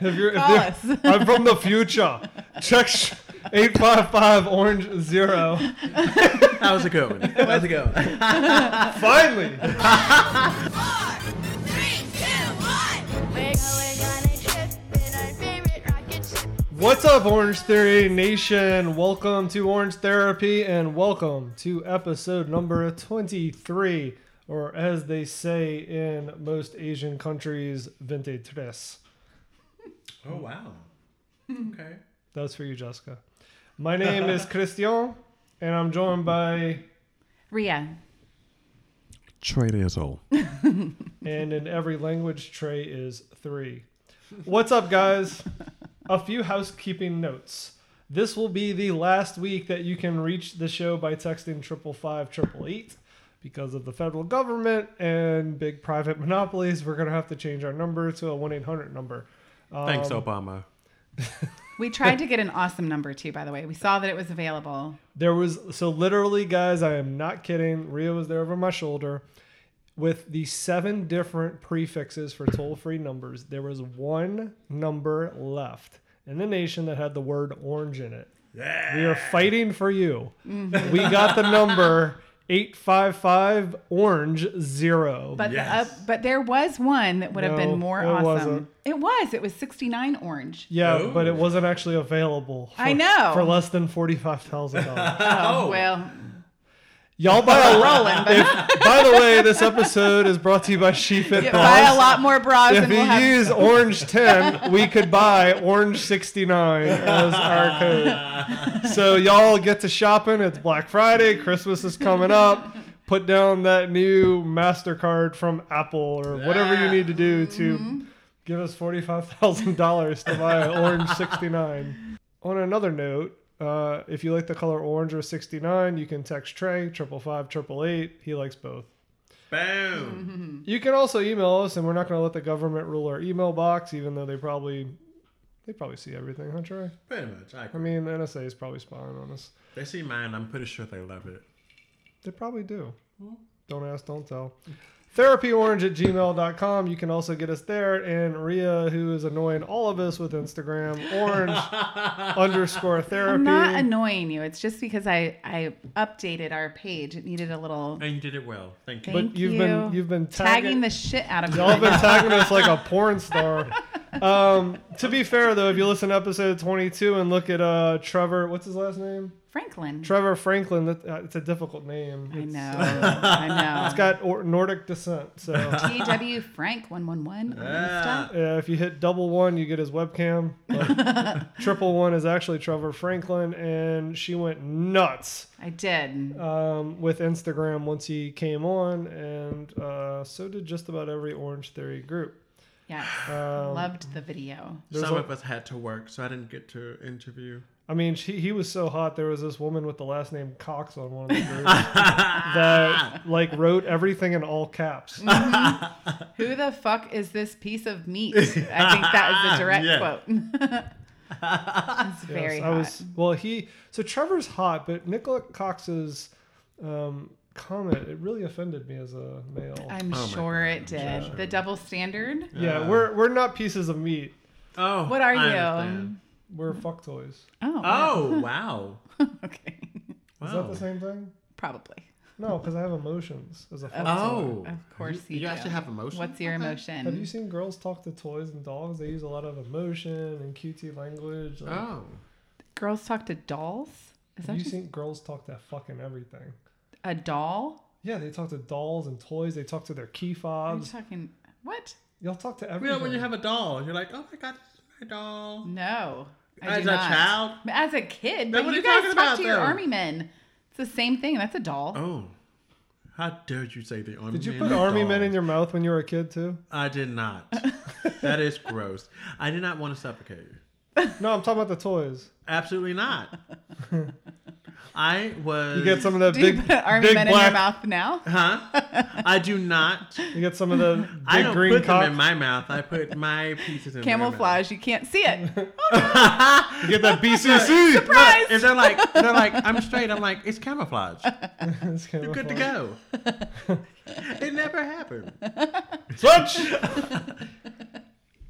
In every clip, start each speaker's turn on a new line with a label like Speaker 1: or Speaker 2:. Speaker 1: If you're, if
Speaker 2: Call
Speaker 1: you're-
Speaker 2: us.
Speaker 1: I'm from the future. Check sh- 855 Orange Zero.
Speaker 3: How's it going? How's it going?
Speaker 1: Finally. What's up, Orange Theory Nation? Welcome to Orange Therapy and welcome to episode number 23, or as they say in most Asian countries, 23.
Speaker 3: Oh wow. Okay.
Speaker 1: That's for you, Jessica. My name is Christian, and I'm joined by,
Speaker 2: Ria.
Speaker 3: Trade is all.
Speaker 1: and in every language, Trey is three. What's up, guys? A few housekeeping notes. This will be the last week that you can reach the show by texting triple five triple eight. Because of the federal government and big private monopolies, we're gonna have to change our number to a one eight hundred number.
Speaker 3: Thanks, Obama.
Speaker 2: We tried to get an awesome number too, by the way. We saw that it was available.
Speaker 1: There was so literally, guys. I am not kidding. Ria was there over my shoulder with the seven different prefixes for toll-free numbers. There was one number left in the nation that had the word orange in it. We are fighting for you. We got the number eight five five orange zero.
Speaker 2: But
Speaker 3: Yes.
Speaker 2: the, uh, but there was one that would have
Speaker 1: No,
Speaker 2: been more
Speaker 1: it
Speaker 2: awesome.
Speaker 1: wasn't.
Speaker 2: It was. It was 69 orange.
Speaker 1: yeah,
Speaker 3: Oh.
Speaker 1: but it wasn't actually available. For,
Speaker 2: I know.
Speaker 1: for less than forty-five thousand dollars.
Speaker 2: Oh, well,
Speaker 1: Y'all buy a
Speaker 2: rolling, but
Speaker 1: If, by the way, this episode is brought to you by Sheep Fit
Speaker 2: get- buy a
Speaker 1: Balls.
Speaker 2: lot more bras
Speaker 1: If
Speaker 2: and
Speaker 1: we
Speaker 2: we'll have
Speaker 1: use Orange 10, we could buy Orange 69 as our code. So y'all get to shopping. It's Black Friday. Christmas is coming up. Put down that new MasterCard from Apple or whatever you
Speaker 3: Yeah.
Speaker 1: need to do to
Speaker 2: Mm-hmm.
Speaker 1: give us $45,000 to buy Orange 69. On another note, uh, if you like the color orange or 69, you can text Trey, 555 888. He likes both.
Speaker 3: Boom.
Speaker 1: You can also email us, and we're not going to let the government rule our email box, even though they probably they probably see everything, huh, Trey?
Speaker 3: Pretty much. I
Speaker 1: I
Speaker 3: agree.
Speaker 1: mean, the NSA is probably spying on us.
Speaker 3: They see mine. I'm pretty sure they love it.
Speaker 1: They probably do. Don't ask, don't tell. TherapyOrange at gmail.com. You can also get us there. And Rhea, who is annoying all of us with Instagram, orange underscore therapy.
Speaker 2: I'm not annoying you. It's just because I I updated our page. It needed a little
Speaker 3: And you did it well. Thank you.
Speaker 2: Thank
Speaker 1: but you've
Speaker 2: you.
Speaker 1: been you've been
Speaker 2: tagging the shit out of me.
Speaker 1: Y'all have
Speaker 2: right
Speaker 1: been
Speaker 2: now.
Speaker 1: tagging us like a porn star. Um, to be fair, though, if you listen to episode 22 and look at uh, Trevor, what's his last name?
Speaker 2: Franklin.
Speaker 1: Trevor Franklin. That, uh, it's a difficult name.
Speaker 2: I
Speaker 1: It's
Speaker 2: know. I know.
Speaker 1: got or- Nordic descent. So uh,
Speaker 2: TW Frank 111 on Insta.
Speaker 3: Yeah.
Speaker 1: if you hit double one, you get his webcam. But triple one is actually Trevor Franklin, and she went nuts
Speaker 2: I did.
Speaker 1: um, with Instagram once he came on, and uh, so did just about every Orange Theory group.
Speaker 2: Yes.
Speaker 1: um,
Speaker 2: Loved the video.
Speaker 3: Some
Speaker 1: a-
Speaker 3: of us had to work, so I didn't get to interview.
Speaker 1: I mean, she, he was so hot. There was this woman with the last name Cox on one of the groups that like wrote everything in all caps.
Speaker 2: Who the fuck is this piece of meat? I think that is a direct
Speaker 3: Yeah.
Speaker 2: quote. It's very
Speaker 1: Yes,
Speaker 2: hot.
Speaker 1: I was well. He so Trevor's hot, but Nicola Cox's um, comment it really offended me as a male.
Speaker 2: I'm
Speaker 3: Oh my
Speaker 2: sure it did. The double standard.
Speaker 1: yeah, we're we're not pieces of meat.
Speaker 3: Oh.
Speaker 2: What are
Speaker 3: I
Speaker 2: you?
Speaker 3: understand.
Speaker 1: We're
Speaker 2: Mm-hmm.
Speaker 1: fuck toys.
Speaker 2: Oh.
Speaker 3: Oh wow.
Speaker 2: okay.
Speaker 3: Wow.
Speaker 1: Is that the same thing?
Speaker 2: Probably.
Speaker 1: No, because I have emotions as a fuck toy.
Speaker 3: Oh.
Speaker 2: Of course you,
Speaker 3: You,
Speaker 2: do.
Speaker 3: actually have emotions.
Speaker 2: What's your
Speaker 3: Okay.
Speaker 1: Uh-huh. Have you
Speaker 2: emotion?
Speaker 1: seen girls talk to toys and dogs? They use a lot of emotion and cutesy language. Like,
Speaker 3: Oh.
Speaker 2: Girls talk to dolls? Is that
Speaker 1: Have you
Speaker 2: just
Speaker 1: seen girls talk to fucking everything?
Speaker 2: a doll?
Speaker 1: Yeah, they talk to dolls and toys. They talk to their key
Speaker 2: Are you
Speaker 1: fobs.
Speaker 2: talking what?
Speaker 1: Y'all talk to
Speaker 3: You
Speaker 1: everything.
Speaker 3: know, when you have a doll, you're like, oh my god, this is my doll.
Speaker 2: No. I
Speaker 3: As
Speaker 2: do
Speaker 3: a
Speaker 2: not.
Speaker 3: child?
Speaker 2: As a
Speaker 3: Then
Speaker 2: kid. But
Speaker 3: what are you
Speaker 2: you guys
Speaker 3: talking
Speaker 2: talk
Speaker 3: about,
Speaker 2: to your
Speaker 3: though?
Speaker 2: army men. It's the same thing. That's a doll.
Speaker 3: Oh. How dare you say the army
Speaker 1: Did you
Speaker 3: men
Speaker 1: put
Speaker 3: are
Speaker 1: army
Speaker 3: dolls?
Speaker 1: men in your mouth when you were a kid too?
Speaker 3: I did not. that is gross. I did not want to suffocate you.
Speaker 1: No, I'm talking about the toys.
Speaker 3: Absolutely not. I was.
Speaker 1: You get some of that
Speaker 2: Do
Speaker 1: big,
Speaker 2: you put army
Speaker 1: big
Speaker 2: men in
Speaker 1: black.
Speaker 2: your mouth now?
Speaker 3: Huh? I do not.
Speaker 1: You get some of the
Speaker 3: I
Speaker 1: big
Speaker 3: don't
Speaker 1: green
Speaker 3: put
Speaker 1: cock.
Speaker 3: them in my mouth. I put my pieces in their mouth.
Speaker 2: Camouflage. You can't see it.
Speaker 1: You get that BCC.
Speaker 2: Surprise!
Speaker 3: If they're like, they're like, I'm straight. I'm like, it's camouflage.
Speaker 1: It's kinda
Speaker 3: You're good to
Speaker 1: funny.
Speaker 3: go. it never happened.
Speaker 1: Switch.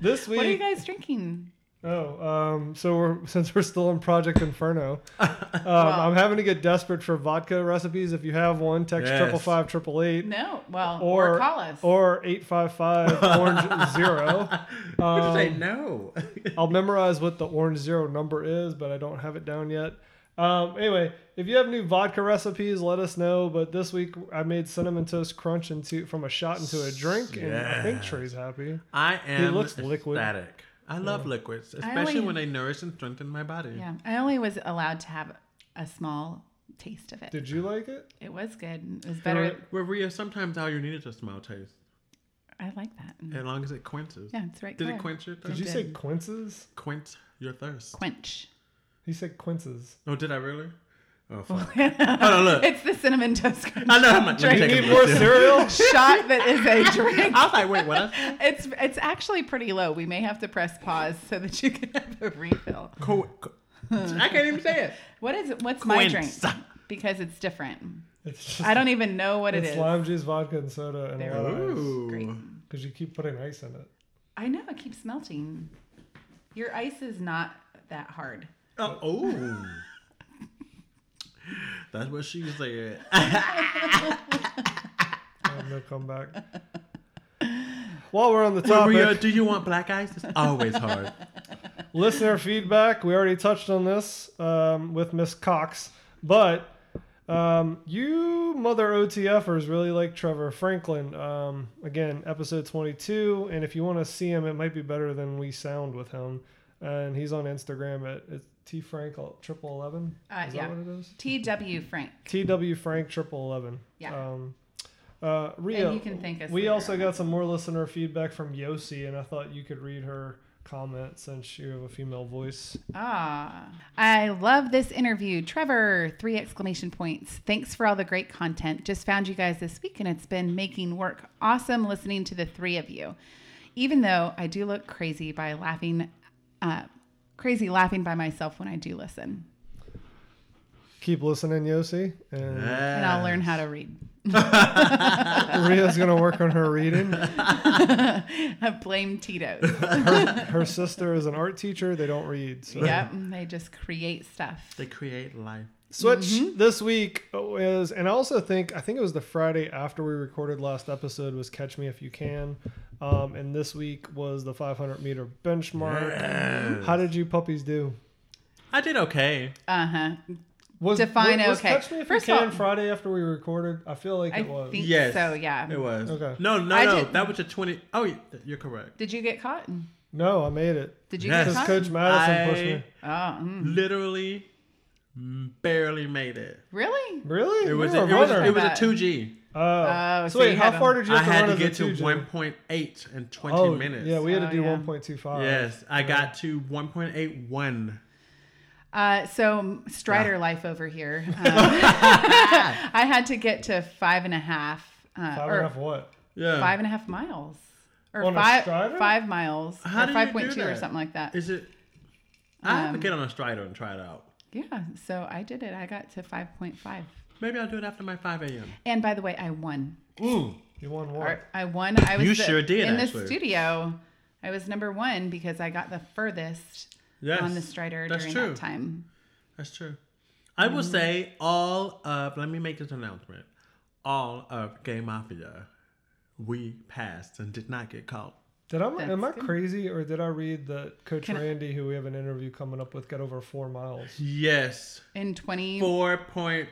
Speaker 1: This week,
Speaker 2: What are you guys drinking?
Speaker 1: Oh, um, so we're since we're still in Project Inferno, um, I'm having to get desperate for vodka recipes. If you have one, text
Speaker 3: Yes.
Speaker 1: triple five triple eight
Speaker 2: No. Well, or,
Speaker 1: or
Speaker 2: call us.
Speaker 1: or eight five five orange zero.
Speaker 3: What did I
Speaker 1: Um,
Speaker 3: know?
Speaker 1: I'll memorize what the orange zero number is, but I don't have it down yet. Um, anyway, if you have new vodka recipes, let us know. But this week I made cinnamon toast crunch into from a shot into a drink, and I think
Speaker 3: Yeah.
Speaker 1: Trey's happy.
Speaker 3: I am
Speaker 1: looks liquid.
Speaker 3: ecstatic. I love liquids, especially
Speaker 2: only-
Speaker 3: when they nourish and strengthen my body.
Speaker 2: yeah. I only was allowed to have a small taste of it.
Speaker 1: Did you like it?
Speaker 2: It was good. It was
Speaker 1: Alright.
Speaker 2: better.
Speaker 3: Where Rio, sometimes all you need is a small taste,
Speaker 2: I like that. Mm.
Speaker 3: as long as it quenches.
Speaker 2: Yeah, it's right
Speaker 3: Did
Speaker 2: there.
Speaker 3: it quench your thirst?
Speaker 1: Did you say
Speaker 2: did.
Speaker 1: quinces?
Speaker 3: Quench your thirst.
Speaker 2: Quench.
Speaker 1: He said quinces.
Speaker 3: oh, did I really? Oh, fuck. Hold on, look.
Speaker 2: It's the cinnamon toast crunch
Speaker 3: I know. I'm like, let me
Speaker 2: drink.
Speaker 1: You
Speaker 3: take a
Speaker 1: need more
Speaker 3: sip.
Speaker 1: cereal?
Speaker 2: shot that is a drink.
Speaker 3: I was like, wait, what?
Speaker 2: It's it's actually pretty low. We may have to press pause so that you can have a refill.
Speaker 3: Co- co- I can't even say it.
Speaker 2: What is it? What's my drink?
Speaker 3: Quince.
Speaker 2: Because it's different.
Speaker 1: It's just
Speaker 2: I don't even know what it
Speaker 1: it's
Speaker 2: is.
Speaker 1: lime juice, vodka, and soda, and
Speaker 2: There
Speaker 1: a lot of ice.
Speaker 3: Ooh.
Speaker 2: Oh, Great.
Speaker 1: Because you keep putting ice in it.
Speaker 2: I know it keeps melting. Your ice is not that hard.
Speaker 3: Oh, oh. That's what she said.
Speaker 1: I have no comeback. While we're on the
Speaker 3: Well, Rio,
Speaker 1: topic,
Speaker 3: do you want black ice? It's always hard.
Speaker 1: listener feedback. We already touched on this um, with Miss Cox, but um, you mother OTFers really like Trevor Franklin. Um, again, episode 22, and if you want to see him, it might be better than we sound with him. And he's on Instagram at it's T Frank triple eleven.
Speaker 2: Uh,
Speaker 1: Is
Speaker 2: yeah.
Speaker 1: that what it is?
Speaker 2: TW Frank.
Speaker 1: TW Frank triple eleven.
Speaker 2: Yeah.
Speaker 1: Um, uh, Rio,
Speaker 2: And you can thank us
Speaker 1: We
Speaker 2: later
Speaker 1: also
Speaker 2: on.
Speaker 1: got some more listener feedback from Yossi, and I thought you could read her comment since you have a female voice.
Speaker 2: Ah. I love this interview. Trevor, three exclamation points. Thanks for all the great content. Just found you guys this week and it's been making work awesome listening to the three of you. Even though I do look crazy by laughing, uh, crazy laughing by myself when I do listen.
Speaker 1: Keep listening, Yossi, and
Speaker 2: And I'll learn how to read.
Speaker 1: Rio's gonna work on her reading.
Speaker 2: I blame Tito's.
Speaker 1: Her sister is an art teacher; they don't read. So.
Speaker 2: yep. They just create stuff.
Speaker 3: They create life.
Speaker 1: Switch
Speaker 3: Mm-hmm.
Speaker 1: this week is, and I also think I think it was the Friday after we recorded last episode was "Catch Me If You Can," um, and this week was the 500 meter benchmark. How did you puppies do?
Speaker 3: I did okay.
Speaker 2: Uh huh.
Speaker 1: Was,
Speaker 2: Define
Speaker 1: was, was
Speaker 2: okay.
Speaker 1: Catch Me If
Speaker 2: First
Speaker 1: you
Speaker 2: of
Speaker 1: Can
Speaker 2: all-
Speaker 1: Friday after we recorded. I feel like
Speaker 2: I
Speaker 1: it was.
Speaker 2: think-
Speaker 3: Yes.
Speaker 2: so, yeah.
Speaker 3: It was.
Speaker 1: Okay.
Speaker 3: No, no,
Speaker 2: I
Speaker 3: no.
Speaker 2: did-
Speaker 3: That was a 20. Oh, y- you're correct.
Speaker 2: Did you get caught?
Speaker 1: no, I made it
Speaker 2: Did you
Speaker 3: Yes.
Speaker 2: get
Speaker 1: because
Speaker 2: caught?
Speaker 1: Coach Madison pushed
Speaker 3: I
Speaker 1: me.
Speaker 2: oh, mm.
Speaker 3: literally mm, barely made it.
Speaker 2: really?
Speaker 1: Really?
Speaker 3: It
Speaker 1: You
Speaker 3: was,
Speaker 1: were
Speaker 3: a, it, was,
Speaker 1: runner.
Speaker 3: it was a
Speaker 2: Bad.
Speaker 3: 2G.
Speaker 1: oh. so
Speaker 2: Oh, so
Speaker 1: wait,
Speaker 2: you
Speaker 1: how
Speaker 2: had
Speaker 1: far
Speaker 2: a-
Speaker 1: did you?
Speaker 3: I
Speaker 1: Have run
Speaker 3: had to
Speaker 1: as a
Speaker 3: get to
Speaker 1: 2G?
Speaker 3: 1.8 in 20
Speaker 1: Oh,
Speaker 3: minutes.
Speaker 1: yeah, we had to
Speaker 2: Oh,
Speaker 1: do
Speaker 2: yeah.
Speaker 1: 1.25.
Speaker 3: Yes, I got to 1.81.
Speaker 2: Uh, so Strider life over here. Um, I had to get to five and a half, uh,
Speaker 1: Five
Speaker 2: or
Speaker 1: and a half what?
Speaker 3: Yeah.
Speaker 2: five and a half miles, or
Speaker 1: On a
Speaker 2: five
Speaker 1: Strider?
Speaker 2: five miles,
Speaker 3: How do you
Speaker 2: or
Speaker 3: do
Speaker 2: five point two or
Speaker 3: that?
Speaker 2: something like that.
Speaker 3: Is it? I
Speaker 2: Um,
Speaker 3: have to get on a strider and try it out.
Speaker 2: yeah. So I did it. I got to five point five.
Speaker 3: Maybe I'll do it after my 5 a.m.
Speaker 2: And by the way, I won.
Speaker 1: You won one.
Speaker 2: Or I won. I was
Speaker 3: You
Speaker 2: the-
Speaker 3: sure did,
Speaker 2: in
Speaker 3: actually.
Speaker 2: the studio. I was number one because I got the furthest
Speaker 3: Yes.
Speaker 2: on the Strider
Speaker 3: That's
Speaker 2: during
Speaker 3: true.
Speaker 2: that time.
Speaker 3: That's true. I will say all of, let me make this announcement. All of Gay Mafia, we passed and did not get caught.
Speaker 1: Did I am I
Speaker 2: That's good.
Speaker 1: crazy or did I read that Coach
Speaker 2: Can I-
Speaker 1: Randy, who we have an interview coming up with, got over four miles?
Speaker 3: Yes.
Speaker 2: In twenty,
Speaker 3: Four point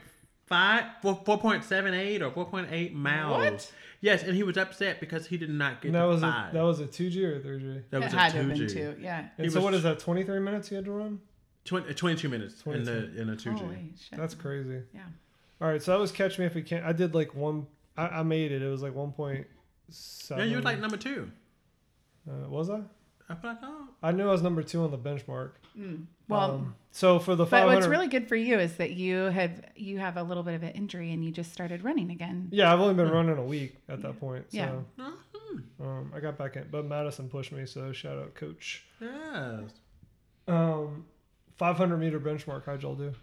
Speaker 3: five, four four point seven eight, or 4.8 miles.
Speaker 2: What?
Speaker 3: Yes, and he was upset because he did not get
Speaker 1: And that
Speaker 3: the
Speaker 1: was a,
Speaker 3: five.
Speaker 1: that was a two G or a three G.
Speaker 3: That
Speaker 2: it
Speaker 3: was
Speaker 2: had
Speaker 3: a
Speaker 2: to have
Speaker 3: 2G.
Speaker 2: been two. Yeah.
Speaker 1: And
Speaker 3: He
Speaker 1: so
Speaker 3: was-
Speaker 1: what is that? Twenty three minutes you had to run.
Speaker 3: 20, 22 uh, minutes in
Speaker 1: 22.
Speaker 3: the in a 2G.
Speaker 2: Holy shit.
Speaker 1: That's crazy.
Speaker 2: yeah.
Speaker 1: All right, so that was catch me if we can. I did like one. I, I made it. It was like one point
Speaker 3: Yeah,
Speaker 1: seven.
Speaker 3: you were like number two.
Speaker 1: Uh, was I?
Speaker 3: I feel like, oh,
Speaker 1: I knew I was number two on the benchmark.
Speaker 2: Well,
Speaker 1: Um, so for the
Speaker 2: but
Speaker 1: five
Speaker 2: what's
Speaker 1: hundred.
Speaker 2: really good for you is that you have you have a little bit of an injury and you just started running again.
Speaker 1: yeah, I've only been running a week at that point. So
Speaker 2: Yeah.
Speaker 1: um, I got back in, but Madison pushed me. So shout out, coach.
Speaker 3: yes.
Speaker 1: Um, five hundred meter benchmark. How'd y'all do?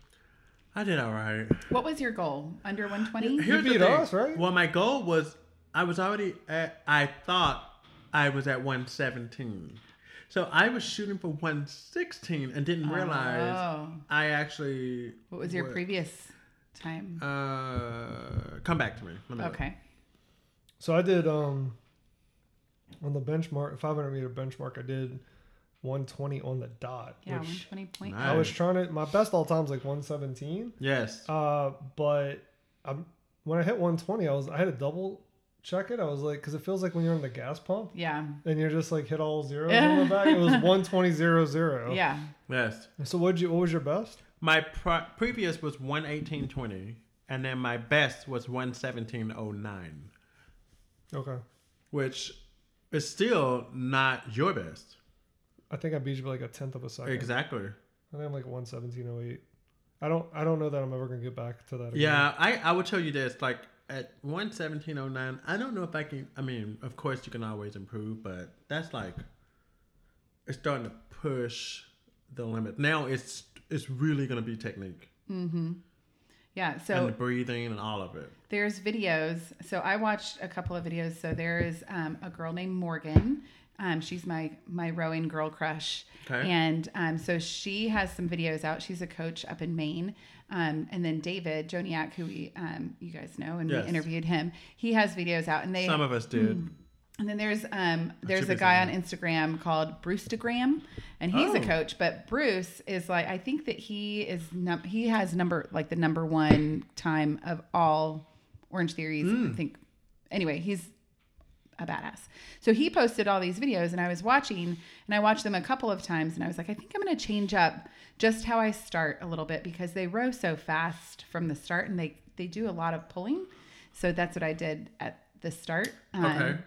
Speaker 3: I did all right.
Speaker 2: What was your goal? Under 120?
Speaker 3: Here's
Speaker 1: beat
Speaker 3: the thing.
Speaker 1: us, right?
Speaker 3: Well, my goal was I was already at, I thought I was at 117. So I was shooting for 116 and didn't realize
Speaker 2: Oh.
Speaker 3: I actually.
Speaker 2: What was your
Speaker 3: wa-
Speaker 2: previous time?
Speaker 3: Uh, come back to me. Let me look.
Speaker 2: Okay.
Speaker 1: So I did um on the benchmark 500 meter benchmark. I did 120 on the dot,
Speaker 2: Yeah, one
Speaker 1: which
Speaker 2: twenty point.
Speaker 3: Nice.
Speaker 1: I was trying to. My best all times like 117.
Speaker 3: Yes.
Speaker 1: Uh, but I'm when I hit 120, I was I had to double check it. I was like, because it feels like when you're in the gas pump
Speaker 2: Yeah.
Speaker 1: and you're just like hit all zeros on the back. It was 120 zero
Speaker 3: Oh.
Speaker 1: zero.
Speaker 2: Yeah.
Speaker 3: Yes.
Speaker 1: So what you? What was your best?
Speaker 3: My pro- previous was 118.20, and then my best was 117.09,
Speaker 1: Okay.
Speaker 3: which is still not your best.
Speaker 1: I think I beat you by like a tenth of a second.
Speaker 3: Exactly.
Speaker 1: I think I'm like 117.08. I don't. I don't know that I'm ever gonna get back to that. Again.
Speaker 3: Yeah, I, I would tell you this like at 117.09, I don't know if I can. I mean, of course, you can always improve, but that's like it's starting to push the limit. Now it's it's really going to be technique
Speaker 2: Yeah.
Speaker 3: and
Speaker 2: So
Speaker 3: the breathing and all of it.
Speaker 2: there's videos. So I watched a couple of videos. So there is um, a girl named Morgan. Um, she's my my rowing girl crush.
Speaker 3: Okay.
Speaker 2: And um, so she has some videos out. She's a coach up in Maine. Um, and then David Joniak, who we, um, you guys know, and
Speaker 3: Yes.
Speaker 2: we interviewed him. He has videos out, and mm. they
Speaker 3: Some of us did.
Speaker 2: and then there's um there's
Speaker 3: should
Speaker 2: a
Speaker 3: be
Speaker 2: guy on
Speaker 3: something.
Speaker 2: Instagram called Brewstagram, and he's a
Speaker 3: Oh.
Speaker 2: coach. But Bruce is like I think that he is num- he has number like the number one time of all Orange Theories. I think anyway he's a badass. So he posted all these videos, and I was watching, and I watched them a couple of times, and I was like, I think I'm going to change up just how I start a little bit because they row so fast from the start, and they they do a lot of pulling. So that's what I did at the start. Um,
Speaker 3: Okay.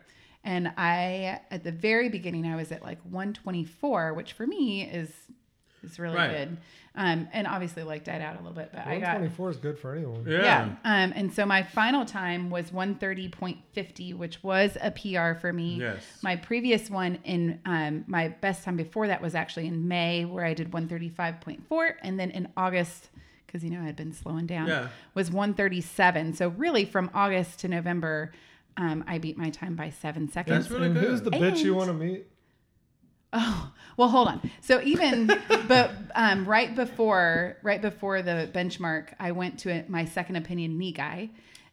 Speaker 2: And I at the very beginning I was at like 124, which for me is is really
Speaker 3: Right.
Speaker 2: good. Um, and obviously like died out a little bit, but I got
Speaker 1: 124 is good for anyone.
Speaker 2: yeah. Um, and so my final time was 130.50, which was a PR for me.
Speaker 3: Yes.
Speaker 2: My previous one in um, my best time before that was actually in May, where I did 135.4. And then in August, because you know I'd been slowing down,
Speaker 3: Yeah.
Speaker 2: was 137. So really from August to November, um, I beat my time by seven seconds.
Speaker 3: That's really
Speaker 1: And
Speaker 3: good.
Speaker 1: who's the bitch you
Speaker 2: And-
Speaker 1: want to meet?
Speaker 2: Oh, well, hold on. So even, but um, right before, right before the benchmark, I went to a, my second opinion knee guy,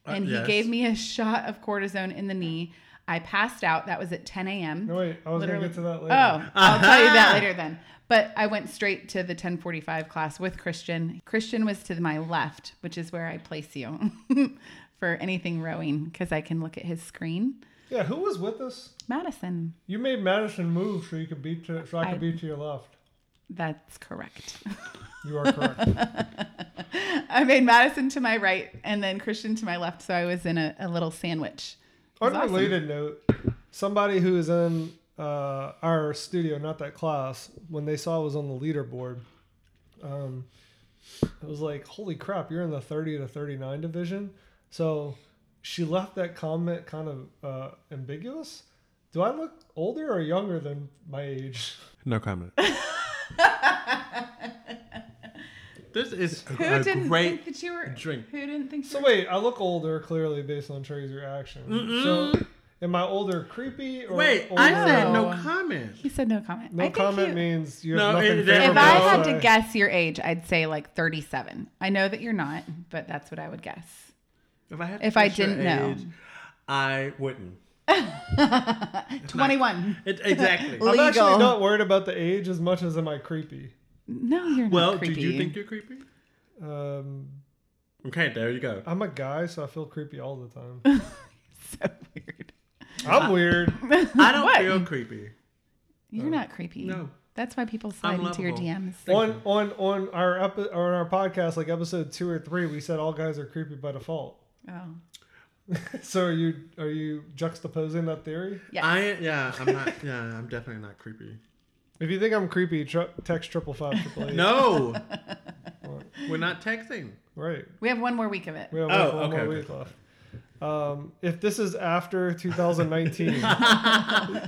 Speaker 2: and he
Speaker 3: yes.
Speaker 2: gave me a shot of cortisone in the knee. I passed out. That was at 10 a.m.
Speaker 1: No wait, I was gonna
Speaker 2: Literally-
Speaker 1: get to that later.
Speaker 2: Oh, I'll tell you that later then. But I went straight to the 1045 class with Christian. Christian was to my left, which is where I place you for anything rowing because I can look at his screen.
Speaker 1: Yeah, who was with us?
Speaker 2: Madison.
Speaker 1: You made Madison move so you could beat to, so I could
Speaker 2: I-
Speaker 1: be to your left.
Speaker 2: That's correct.
Speaker 1: You are correct.
Speaker 2: I made Madison to my right and then Christian to my left, so I was in a, a little sandwich. That's awesome.
Speaker 1: Unrelated note: somebody who is in uh, our studio, not that class, when they saw I was on the leaderboard, um, it was like, "Holy crap, you're in the 30 to 39 division." So she left that comment kind of uh, ambiguous. Do I look older or younger than my age?
Speaker 3: No comment. this is
Speaker 2: Who
Speaker 3: a,
Speaker 2: didn't
Speaker 3: great
Speaker 2: think that you were
Speaker 3: drink.
Speaker 2: Who didn't think
Speaker 1: So
Speaker 2: so?
Speaker 1: wait, I look older clearly based on Trey's reaction. So am I older creepy or
Speaker 3: Wait,
Speaker 2: Oh,
Speaker 1: older?
Speaker 3: I said no
Speaker 2: No.
Speaker 3: comment.
Speaker 2: He said no comment.
Speaker 1: no
Speaker 2: I think
Speaker 1: comment
Speaker 2: you-
Speaker 1: means you
Speaker 3: No,
Speaker 1: have nothing
Speaker 3: it-
Speaker 1: favorable
Speaker 2: if I had
Speaker 1: say.
Speaker 2: to guess your age, I'd say like 37. I know that you're not, but that's what I would guess.
Speaker 3: If I had to
Speaker 2: If I
Speaker 3: guess your
Speaker 2: didn't know.
Speaker 3: I wouldn't.
Speaker 2: 21.
Speaker 3: It, exactly.
Speaker 1: I'm actually
Speaker 2: legal.
Speaker 1: not worried about the age as much as am I creepy.
Speaker 2: No, you're not
Speaker 3: well,
Speaker 2: creepy.
Speaker 3: do you think you're creepy?
Speaker 1: Um,
Speaker 3: Okay, there you go.
Speaker 1: I'm a guy, so I feel creepy all the time.
Speaker 2: so weird?
Speaker 1: I'm weird.
Speaker 3: I don't
Speaker 2: What?
Speaker 3: feel creepy.
Speaker 2: You're not creepy.
Speaker 3: Oh. No.
Speaker 2: That's why people slide into your
Speaker 3: lovable.
Speaker 2: DMs.
Speaker 3: Thank you.
Speaker 1: on on on our epi- on our podcast, like episode two or three, we said all guys are creepy by default.
Speaker 2: Oh,
Speaker 1: So are you are you juxtaposing that theory?
Speaker 2: yes.
Speaker 3: I yeah, I'm not. Yeah, I'm definitely not creepy.
Speaker 1: If you think I'm creepy, tr- text triple five triple eight.
Speaker 3: No, we're not texting.
Speaker 1: right.
Speaker 2: we have one more week of it.
Speaker 1: We have
Speaker 3: Oh,
Speaker 1: one
Speaker 3: okay,
Speaker 1: more
Speaker 3: okay.
Speaker 1: week left. Um, if this is after 2019,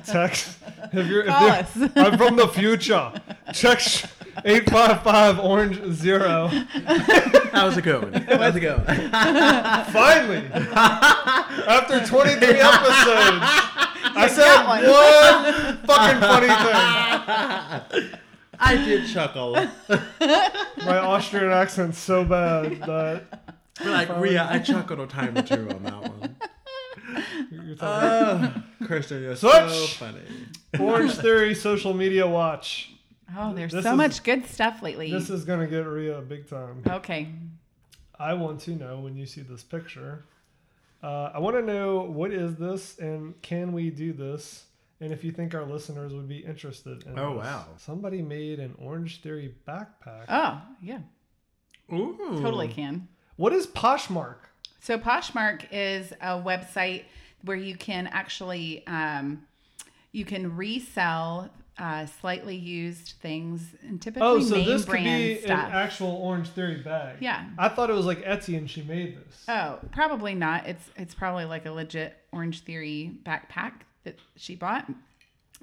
Speaker 1: text. If you're, if
Speaker 2: Call
Speaker 1: you're-
Speaker 2: us.
Speaker 1: I'm from the future. Text 855 Orange Zero.
Speaker 3: That was a good one. That was a good one.
Speaker 1: Finally, after 23 episodes,
Speaker 2: I got
Speaker 1: said one
Speaker 2: one.
Speaker 1: fucking funny thing.
Speaker 3: I did chuckle.
Speaker 1: My Austrian accent's so bad that
Speaker 3: like Rhea, I chuckled a time or two on that one.
Speaker 1: you're
Speaker 2: Uh.
Speaker 1: talking.
Speaker 3: Oh, Kirsten, you're so
Speaker 1: Such-
Speaker 3: funny.
Speaker 1: Orange Theory social media watch.
Speaker 2: Oh, there's
Speaker 1: This
Speaker 2: so
Speaker 1: is-
Speaker 2: much good stuff lately.
Speaker 1: This is gonna get Rhea big time.
Speaker 2: okay.
Speaker 1: I want to know when you see this picture. Uh, I want to know what is this and can we do this? And if you think our listeners would be interested in
Speaker 3: Oh,
Speaker 1: this.
Speaker 3: wow.
Speaker 1: Somebody made an Orange Theory backpack.
Speaker 2: Oh, yeah.
Speaker 3: Ooh.
Speaker 2: Totally can.
Speaker 1: what is Poshmark?
Speaker 2: So Poshmark is a website where you can actually um, you can resell uh, slightly used things and typically
Speaker 1: Oh, so
Speaker 2: name
Speaker 1: this could
Speaker 2: brand
Speaker 1: be
Speaker 2: stuff.
Speaker 1: an actual Orange Theory bag.
Speaker 2: Yeah.
Speaker 1: I thought it was like Etsy and she made this.
Speaker 2: oh, probably not. It's it's probably like a legit Orange Theory backpack that she bought.